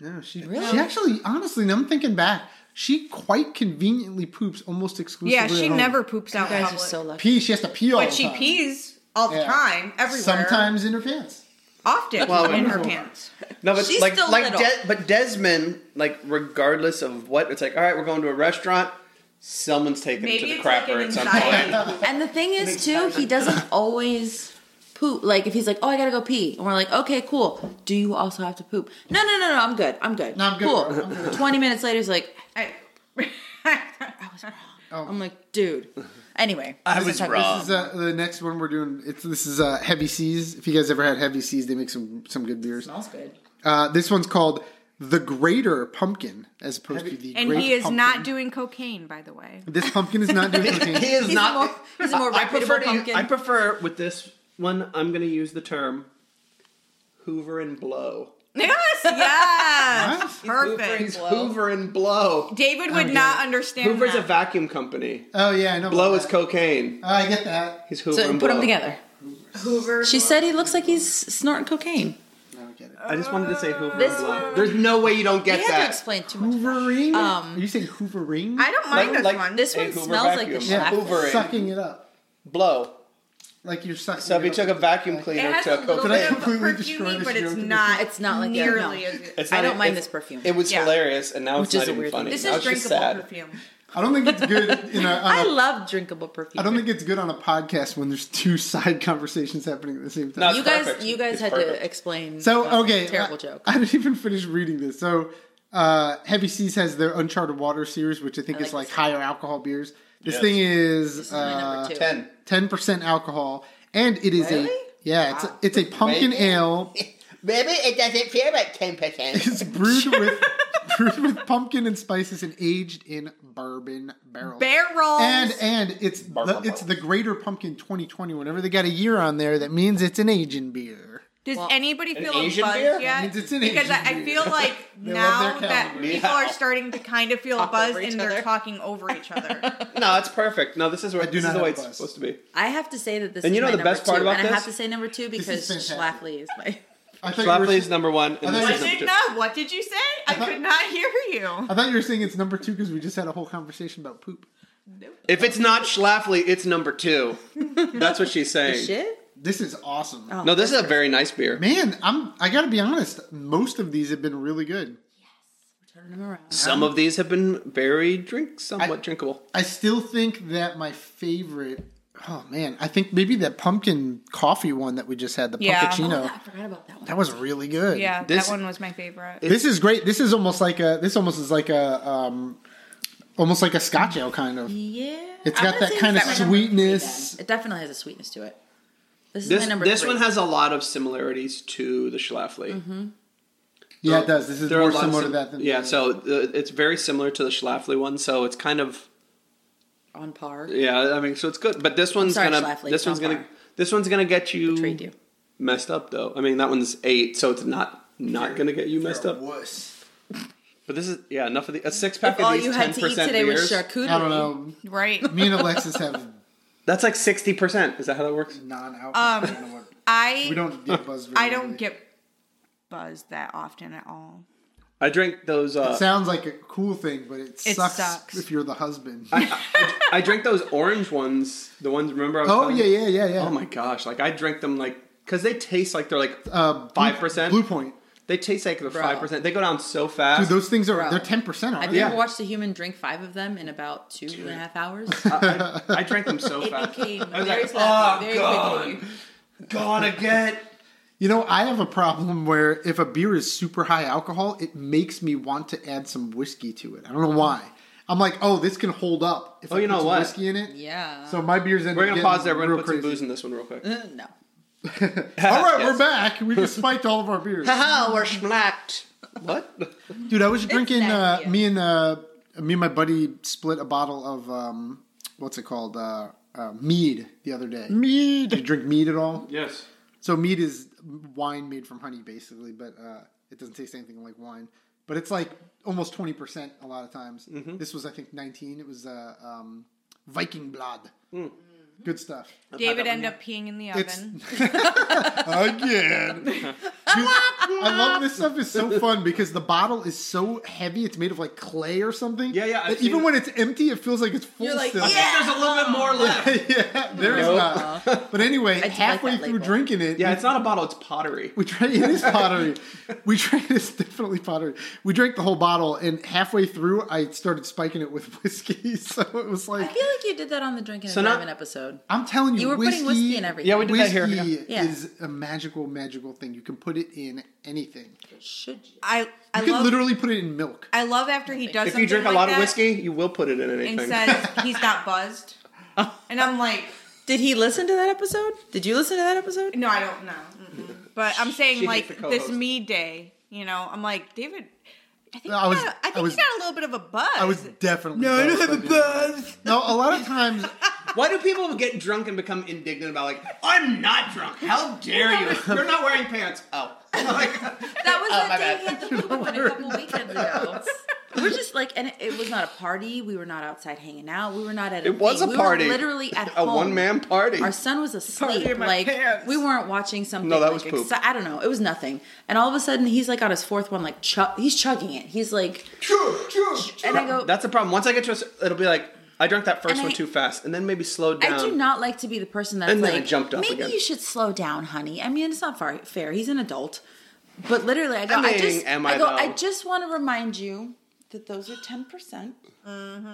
Speaker 3: No, she
Speaker 2: Really?
Speaker 3: She actually, honestly, now I'm thinking back. She quite conveniently poops almost exclusively.
Speaker 4: yeah, she
Speaker 3: at home.
Speaker 4: never poops out
Speaker 2: You
Speaker 4: in
Speaker 2: guys are
Speaker 4: public.
Speaker 2: so lucky.
Speaker 3: pee. She has to pee all
Speaker 4: but
Speaker 3: the
Speaker 4: she
Speaker 3: time.
Speaker 4: pees all the
Speaker 3: Yeah.
Speaker 4: time, everywhere,
Speaker 3: Sometimes in her pants.
Speaker 4: often
Speaker 1: Well,
Speaker 4: in her
Speaker 3: wonderful.
Speaker 4: pants.
Speaker 1: No, but
Speaker 2: She's
Speaker 1: like,
Speaker 2: still
Speaker 1: like,
Speaker 2: little.
Speaker 1: De- but Desmond, like, regardless of what, it's like, all right, we're going to a restaurant. Someone's taking it to
Speaker 4: Maybe
Speaker 1: the
Speaker 4: it's like
Speaker 1: crapper
Speaker 4: an
Speaker 1: at some point.
Speaker 4: anxiety.
Speaker 2: And the thing is too, he doesn't always poop. Like if he's like, Oh, I gotta go pee and we're like, Okay, cool. Do you also have to poop? No, no, no, no, I'm good. I'm good.
Speaker 3: No, I'm good,
Speaker 2: Cool.
Speaker 3: bro. I'm good.
Speaker 2: Twenty minutes later he's like,
Speaker 4: I-
Speaker 2: I'm like, dude. Anyway.
Speaker 1: I
Speaker 2: this
Speaker 1: was
Speaker 2: is how-
Speaker 1: wrong.
Speaker 3: This is uh, the next one we're doing. It's this is uh, heavy seas. If you guys ever had heavy seas, they make some some good beers.
Speaker 2: This smells good.
Speaker 3: Uh, this one's called the Greater Pumpkin, as opposed to the
Speaker 4: and
Speaker 3: Great
Speaker 4: he is
Speaker 3: Pumpkin.
Speaker 4: not doing cocaine, by the way.
Speaker 3: This pumpkin is not doing
Speaker 1: He
Speaker 3: cocaine.
Speaker 1: is
Speaker 2: He's
Speaker 1: not.
Speaker 2: a more- he's a more
Speaker 1: I, I prefer
Speaker 2: reputable
Speaker 1: to. use-
Speaker 2: pumpkin.
Speaker 1: I prefer with this one. I'm going to use the term Hoover and blow.
Speaker 4: Yes, yes,
Speaker 3: What?
Speaker 1: Hoover,
Speaker 4: perfect.
Speaker 1: he's Hoover and blow.
Speaker 4: David would
Speaker 3: Okay.
Speaker 4: not understand.
Speaker 1: Hoover's
Speaker 4: that.
Speaker 1: a vacuum company.
Speaker 3: Oh yeah, I know.
Speaker 1: Blow
Speaker 3: about
Speaker 1: is
Speaker 3: that.
Speaker 1: cocaine.
Speaker 3: Oh, I get that.
Speaker 1: He's Hoover
Speaker 2: So
Speaker 1: and
Speaker 2: put
Speaker 1: blow.
Speaker 2: them together.
Speaker 4: Hoover.
Speaker 2: She said he looks like he's snorting cocaine.
Speaker 3: No, I get it.
Speaker 1: I just wanted to say Hoover
Speaker 2: This
Speaker 1: and Blow.
Speaker 2: one-
Speaker 5: There's no way you don't get
Speaker 2: You have to
Speaker 5: that.
Speaker 2: explain too much.
Speaker 3: Hoovering?
Speaker 2: Um,
Speaker 3: Are you saying hoovering?
Speaker 4: I don't mind this one.
Speaker 2: This one smells like the
Speaker 3: yeah,
Speaker 2: Black-
Speaker 5: Hoovering.
Speaker 3: sucking it up.
Speaker 5: Blow.
Speaker 3: Like you're sucking
Speaker 5: So if
Speaker 3: it
Speaker 5: you
Speaker 3: up.
Speaker 5: took a vacuum
Speaker 4: it
Speaker 5: cleaner
Speaker 4: has
Speaker 5: to
Speaker 4: a
Speaker 5: a
Speaker 4: little
Speaker 5: Coke.
Speaker 3: Did I
Speaker 4: bit of
Speaker 3: completely
Speaker 4: perfumey,
Speaker 3: destroy
Speaker 4: but
Speaker 3: this
Speaker 4: it's
Speaker 3: joke?
Speaker 4: not.
Speaker 2: It's not like that,
Speaker 4: nearly
Speaker 2: no.
Speaker 4: as good.
Speaker 5: It's
Speaker 2: I
Speaker 5: not-
Speaker 1: e-
Speaker 2: don't mind
Speaker 5: it's-
Speaker 2: this perfume.
Speaker 5: It was
Speaker 4: Yeah.
Speaker 5: hilarious, and now it's
Speaker 2: Which is
Speaker 5: not
Speaker 2: a
Speaker 5: even
Speaker 2: weird
Speaker 5: funny.
Speaker 2: thing.
Speaker 4: This
Speaker 5: Now
Speaker 4: is
Speaker 5: it's just
Speaker 4: drinkable
Speaker 5: sad.
Speaker 4: perfume.
Speaker 3: I don't think it's good in a, on
Speaker 2: I
Speaker 3: a
Speaker 2: love drinkable perfume.
Speaker 3: I don't think it's good on a podcast when there's two side conversations happening at the same time.
Speaker 5: No,
Speaker 2: you
Speaker 5: it's
Speaker 2: guys.
Speaker 5: perfect.
Speaker 2: You guys
Speaker 5: It's
Speaker 2: had
Speaker 5: perfect.
Speaker 2: to explain.
Speaker 3: So
Speaker 2: uh,
Speaker 3: okay,
Speaker 2: terrible
Speaker 3: I,
Speaker 2: joke.
Speaker 3: I didn't even finish reading this. So uh, Heavy Seas has their Uncharted Water series, which I think
Speaker 2: I
Speaker 3: is
Speaker 2: like
Speaker 3: like
Speaker 2: this
Speaker 3: higher alcohol beers. This
Speaker 5: Yes.
Speaker 3: thing is, uh,
Speaker 2: is my number two.
Speaker 5: Ten.
Speaker 3: ten percent alcohol, and it is
Speaker 2: Really?
Speaker 3: a yeah, it's a, it's a pumpkin
Speaker 5: Maybe.
Speaker 3: ale.
Speaker 5: Maybe it doesn't feel like ten percent.
Speaker 3: It's brewed with brewed with pumpkin and spices and aged in bourbon barrels.
Speaker 4: Barrels.
Speaker 3: and and it's the,
Speaker 5: Bourbon
Speaker 3: it's
Speaker 5: barrels.
Speaker 3: the Greater Pumpkin 2020. Whenever they got a year on there, that means it's an aging beer.
Speaker 4: Does anybody feel a
Speaker 5: Asian
Speaker 4: buzz
Speaker 5: beer?
Speaker 4: yet?
Speaker 3: Means it's an
Speaker 4: because I,
Speaker 3: Asian
Speaker 4: I feel like
Speaker 3: They
Speaker 4: now
Speaker 3: love their
Speaker 4: that
Speaker 3: calendar.
Speaker 4: people
Speaker 5: Yeah.
Speaker 4: are starting to kind of feel a
Speaker 2: Talk
Speaker 4: buzz
Speaker 2: over each
Speaker 4: and they're
Speaker 2: other.
Speaker 4: talking over each other.
Speaker 1: No, it's perfect. No, this is where
Speaker 3: do
Speaker 1: this
Speaker 3: not
Speaker 1: is the
Speaker 3: have
Speaker 1: way
Speaker 3: a
Speaker 1: it's
Speaker 3: buzz.
Speaker 1: supposed to be.
Speaker 2: I have to say that this.
Speaker 1: And
Speaker 2: is
Speaker 1: you know
Speaker 2: my
Speaker 1: the
Speaker 2: number
Speaker 1: best part
Speaker 2: two,
Speaker 1: about
Speaker 2: and I have to
Speaker 1: this?
Speaker 2: say number two because
Speaker 3: fantastic.
Speaker 2: Schlafly is my.
Speaker 3: I thought, you were,
Speaker 1: Schlafly is number one, and
Speaker 3: I
Speaker 1: this
Speaker 3: thought
Speaker 1: is
Speaker 4: I
Speaker 3: you
Speaker 1: number
Speaker 4: did
Speaker 1: two.
Speaker 4: not. What did you say? I
Speaker 3: Uh-huh.
Speaker 4: could not hear you.
Speaker 3: I thought you were saying it's number two because we just had a whole conversation about poop.
Speaker 1: If it's not Schlafly, it's number two. That's what she's saying.
Speaker 2: Shit.
Speaker 3: This is awesome,
Speaker 2: Oh,
Speaker 1: No, this is a very nice beer.
Speaker 3: man. I'm I gotta be honest. Most of these have been really good.
Speaker 2: Turn them around.
Speaker 1: Some of these have been very drink, somewhat
Speaker 3: I-
Speaker 1: drinkable.
Speaker 3: I still think that my favorite. Oh man, I think maybe that pumpkin coffee one that we just had, the
Speaker 4: Yeah.
Speaker 3: pumpuccino.
Speaker 2: Oh, I forgot about that one.
Speaker 3: That was really good.
Speaker 4: Yeah,
Speaker 1: This-
Speaker 4: that one was my favorite.
Speaker 3: This is great. This is almost like a. This almost is like a. Um, almost like a Scotch ale kind of.
Speaker 2: Yeah.
Speaker 3: It's
Speaker 2: I'm
Speaker 3: got
Speaker 2: gonna
Speaker 3: that
Speaker 2: say
Speaker 3: kind of
Speaker 2: this is my number three then.
Speaker 3: sweetness.
Speaker 2: It definitely has a sweetness to it. This is
Speaker 1: This
Speaker 2: my number
Speaker 1: this
Speaker 2: three. Mm-hmm.
Speaker 1: one has a lot of similarities to the Schlafly.
Speaker 3: Yeah, it does. This is
Speaker 1: There are a
Speaker 3: more
Speaker 1: lot of
Speaker 3: similar to
Speaker 1: sim-
Speaker 3: that than
Speaker 1: yeah. So uh, it's very similar to the Schlafly one. So it's kind of
Speaker 2: on par.
Speaker 1: yeah. I mean, so it's good. But this one's
Speaker 2: sorry,
Speaker 1: gonna
Speaker 2: Schlafly,
Speaker 1: this
Speaker 2: it's
Speaker 1: one's
Speaker 2: not
Speaker 1: gonna
Speaker 2: far.
Speaker 1: this one's gonna get you,
Speaker 2: Betrayed you.
Speaker 1: messed up though. I mean, that one's eight, so it's not not gonna get you messed up.
Speaker 3: Wuss.
Speaker 1: But this is yeah. Enough of the a six pack
Speaker 2: If
Speaker 1: of
Speaker 2: all
Speaker 1: these
Speaker 2: you had
Speaker 1: ten
Speaker 2: to eat
Speaker 1: percent
Speaker 2: today
Speaker 1: beers.
Speaker 2: was charcuterie,
Speaker 3: I don't know.
Speaker 4: Right.
Speaker 3: Me and Alexis have
Speaker 1: That's like sixty percent. Is that how that works?
Speaker 4: Um,
Speaker 3: non-alcohol. I don't know what-
Speaker 4: I
Speaker 3: we don't get buzzed. very
Speaker 4: I don't
Speaker 3: easily.
Speaker 4: get buzzed that often at all.
Speaker 1: I drank those. Uh,
Speaker 3: Sounds like a cool thing, but it,
Speaker 4: It
Speaker 3: sucks,
Speaker 4: sucks.
Speaker 3: if you're the husband.
Speaker 1: I drank those orange ones. The ones remember? I was
Speaker 3: oh
Speaker 1: telling
Speaker 3: yeah,
Speaker 1: you?
Speaker 3: yeah, yeah, yeah.
Speaker 1: Oh my gosh! Like I drank them like because they taste like they're like
Speaker 3: Uh, Blue-
Speaker 1: 5%?
Speaker 3: Blue Point.
Speaker 1: they taste like they're
Speaker 2: Bro.
Speaker 1: five percent. They go down so fast.
Speaker 3: Dude, those things are
Speaker 2: Bro.
Speaker 3: they're ten percent
Speaker 2: Have
Speaker 3: on
Speaker 2: you
Speaker 3: it.
Speaker 1: Yeah.
Speaker 2: ever watched a human drink five of them in about two and a half hours?
Speaker 1: I, I- I drank them so
Speaker 2: it
Speaker 1: fast.
Speaker 2: became
Speaker 1: I was
Speaker 2: very
Speaker 1: like, "Oh,
Speaker 2: sloppy, very
Speaker 1: God."
Speaker 2: quickly.
Speaker 1: Gonna get.
Speaker 3: You know, I have a problem where if a beer is super high alcohol, it makes me want to add some whiskey to it. I don't know why. I'm like, oh, this can hold up if
Speaker 1: Oh,
Speaker 3: I
Speaker 1: you
Speaker 3: put
Speaker 1: know
Speaker 3: some
Speaker 1: what?
Speaker 3: whiskey in it.
Speaker 2: Yeah.
Speaker 3: So my beers end
Speaker 1: We're
Speaker 3: up
Speaker 1: gonna
Speaker 3: getting
Speaker 1: pause there. We're gonna
Speaker 3: real
Speaker 1: put
Speaker 3: crazy.
Speaker 1: some booze in this one real quick.
Speaker 2: Uh, no.
Speaker 3: All right,
Speaker 1: Yes.
Speaker 3: we're back. We just spiked all of our beers.
Speaker 1: Haha, we're schmacked. What?
Speaker 3: Dude, I was drinking.
Speaker 2: that
Speaker 3: Uh,
Speaker 2: beer.
Speaker 3: me and uh, me and my buddy split a bottle of um, what's it called? Uh, uh, mead the other day. Mead. Do you drink mead at all?
Speaker 1: Yes.
Speaker 3: So mead is wine made from honey, basically, but uh, it doesn't taste anything like wine. But it's like almost twenty percent a lot of times. This was, I think, nineteen. It was uh, um, Viking blood. Good stuff.
Speaker 4: David ended up peeing in the oven.
Speaker 3: It's- Again. Dude, I love this stuff. is so fun because the bottle is so heavy. It's made of like clay or something.
Speaker 1: Yeah, yeah,
Speaker 3: that
Speaker 1: I've
Speaker 3: even
Speaker 1: seen-
Speaker 3: when it's empty, it feels like it's full
Speaker 2: You're like,
Speaker 3: still.
Speaker 2: yeah.
Speaker 1: There's a little bit more left.
Speaker 3: yeah, there is not. But anyway,
Speaker 2: like
Speaker 3: halfway
Speaker 2: that
Speaker 3: through
Speaker 2: label.
Speaker 3: drinking it,
Speaker 1: Yeah, it's not a bottle. It's pottery.
Speaker 3: we tried it is pottery. we tried it's definitely pottery. We drank the whole bottle, and halfway through, I started spiking it with whiskey. So it was
Speaker 2: I
Speaker 3: like,
Speaker 2: feel like you did that on the drinking
Speaker 1: So
Speaker 2: and
Speaker 1: now-
Speaker 2: driving episode.
Speaker 3: I'm telling you,
Speaker 2: You were
Speaker 3: whiskey,
Speaker 2: putting whiskey in everything.
Speaker 1: Yeah, we did that here.
Speaker 3: Whiskey
Speaker 2: Yeah.
Speaker 3: is a magical, magical thing. You can put it in anything.
Speaker 2: Should you?
Speaker 4: I I
Speaker 3: You could
Speaker 4: love
Speaker 3: literally put it in milk.
Speaker 4: I love after he does
Speaker 1: If
Speaker 4: something
Speaker 1: you drink a
Speaker 4: like
Speaker 1: lot of
Speaker 4: that
Speaker 1: whiskey, you will put it in
Speaker 4: and
Speaker 1: anything.
Speaker 4: says he's not buzzed, and I'm like,
Speaker 2: Did he listen to that episode? Did you listen to that episode?
Speaker 4: no, I don't know. Mm-mm. But I'm saying
Speaker 1: She
Speaker 4: like
Speaker 1: hates the
Speaker 4: this
Speaker 1: co-host.
Speaker 4: me day, you know, I'm like David. I think,
Speaker 3: I
Speaker 4: you
Speaker 3: was-
Speaker 4: got, I think
Speaker 3: I was-
Speaker 4: you got a little bit of a buzz.
Speaker 3: I was definitely.
Speaker 1: No, I don't have
Speaker 3: buzzed
Speaker 1: a
Speaker 3: by the end of it. No, a lot of times.
Speaker 1: Why do people get drunk and become indignant about like I'm not drunk? How dare you? You're not wearing pants. Oh,
Speaker 2: That was
Speaker 1: Oh,
Speaker 2: that
Speaker 1: my
Speaker 2: day he had the blue one a couple weekends ago. We're just like, and it, it was not a party. We were not outside hanging out. We were not at. A
Speaker 1: It was
Speaker 2: thing.
Speaker 1: a
Speaker 2: We were
Speaker 1: party.
Speaker 2: literally at
Speaker 1: a
Speaker 2: home.
Speaker 1: one man party.
Speaker 2: Our son was
Speaker 4: Party
Speaker 2: asleep.
Speaker 4: in my
Speaker 2: Like
Speaker 4: pants.
Speaker 2: we weren't watching something.
Speaker 1: No, that was
Speaker 2: like,
Speaker 1: poop.
Speaker 2: exci- I don't know. It was nothing. And all of a sudden, he's like on his fourth one. Like chug- he's chugging it. He's like, and I go.
Speaker 1: That's the problem. Once I get to, a, s- it'll be like I drank that first
Speaker 2: And
Speaker 1: one
Speaker 2: I-
Speaker 1: too fast, and then maybe slowed down.
Speaker 2: I do not like to be the person that's
Speaker 1: Um, And then I
Speaker 2: like,
Speaker 1: jumped up
Speaker 2: maybe
Speaker 1: again."
Speaker 2: you should slow down, honey. I mean, it's not far, fair. He's an adult, but literally, I go,
Speaker 1: I
Speaker 2: I,
Speaker 1: mean,
Speaker 2: just,
Speaker 1: am
Speaker 2: I,
Speaker 1: I,
Speaker 2: go,
Speaker 1: though?
Speaker 2: I just want to remind you that those are ten percent.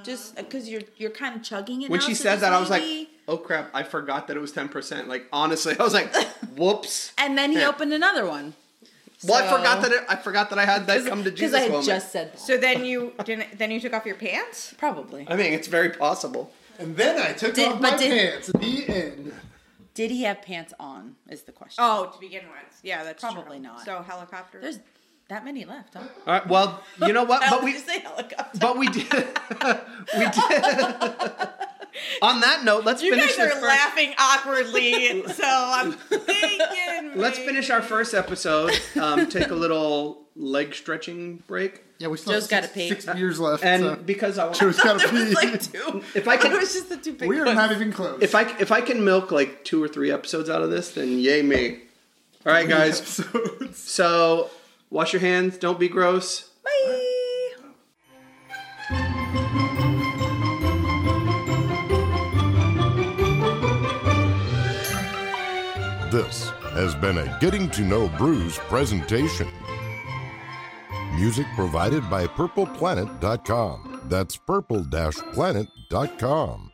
Speaker 2: Just because you're you're kind of chugging it.
Speaker 1: When
Speaker 2: now,
Speaker 1: she
Speaker 2: so
Speaker 1: said
Speaker 2: just
Speaker 1: that, I was like,
Speaker 2: maybe-
Speaker 1: "Oh crap! I forgot that it was ten percent." Like honestly, I was like, "Whoops!"
Speaker 2: and then he
Speaker 1: Yeah.
Speaker 2: opened another one.
Speaker 1: Well, I
Speaker 2: So-
Speaker 1: forgot that it, I forgot that I had that come to
Speaker 2: because
Speaker 1: Jesus
Speaker 2: I had
Speaker 1: moment.
Speaker 2: just said that.
Speaker 4: So then you didn't. Then you took off your pants.
Speaker 2: probably.
Speaker 1: I mean, it's very possible.
Speaker 3: And then I took
Speaker 2: Did-
Speaker 3: off
Speaker 2: but
Speaker 3: my
Speaker 2: did-
Speaker 3: pants. The end.
Speaker 2: Did he have pants on? Is the question.
Speaker 4: Oh, to begin with, yeah, that's
Speaker 2: Probably
Speaker 4: true.
Speaker 2: not.
Speaker 4: So helicopter.
Speaker 2: There's that many left, huh?
Speaker 1: All right. Well, you know what?
Speaker 2: I
Speaker 1: But
Speaker 2: was
Speaker 1: we,
Speaker 2: gonna say helicopter.
Speaker 1: but we did, we did. On that note, let's
Speaker 4: you
Speaker 1: finish
Speaker 4: guys are
Speaker 1: this first.
Speaker 4: laughing awkwardly, so I'm thinking.
Speaker 1: Let's
Speaker 4: maybe-
Speaker 1: finish our first episode. Um, take a little leg stretching break,
Speaker 3: Yeah, we still
Speaker 2: Joe's
Speaker 3: have
Speaker 2: gotta
Speaker 3: six,
Speaker 2: pee.
Speaker 3: six beers left.
Speaker 1: and
Speaker 3: so
Speaker 1: because I want,
Speaker 3: Joe's got to
Speaker 2: There was
Speaker 3: pee.
Speaker 2: like two.
Speaker 1: if I
Speaker 2: It
Speaker 1: can,
Speaker 2: was just the two big.
Speaker 3: we are
Speaker 2: ones.
Speaker 3: not even close.
Speaker 1: if I if I can milk like two or three episodes out of this, then yay me. All right, guys.
Speaker 3: Episodes.
Speaker 1: So wash your hands. Don't be gross.
Speaker 2: Bye.
Speaker 6: This has been a Getting to Know Brews presentation. Music provided by PurplePlanet.com. That's purple-planet.com.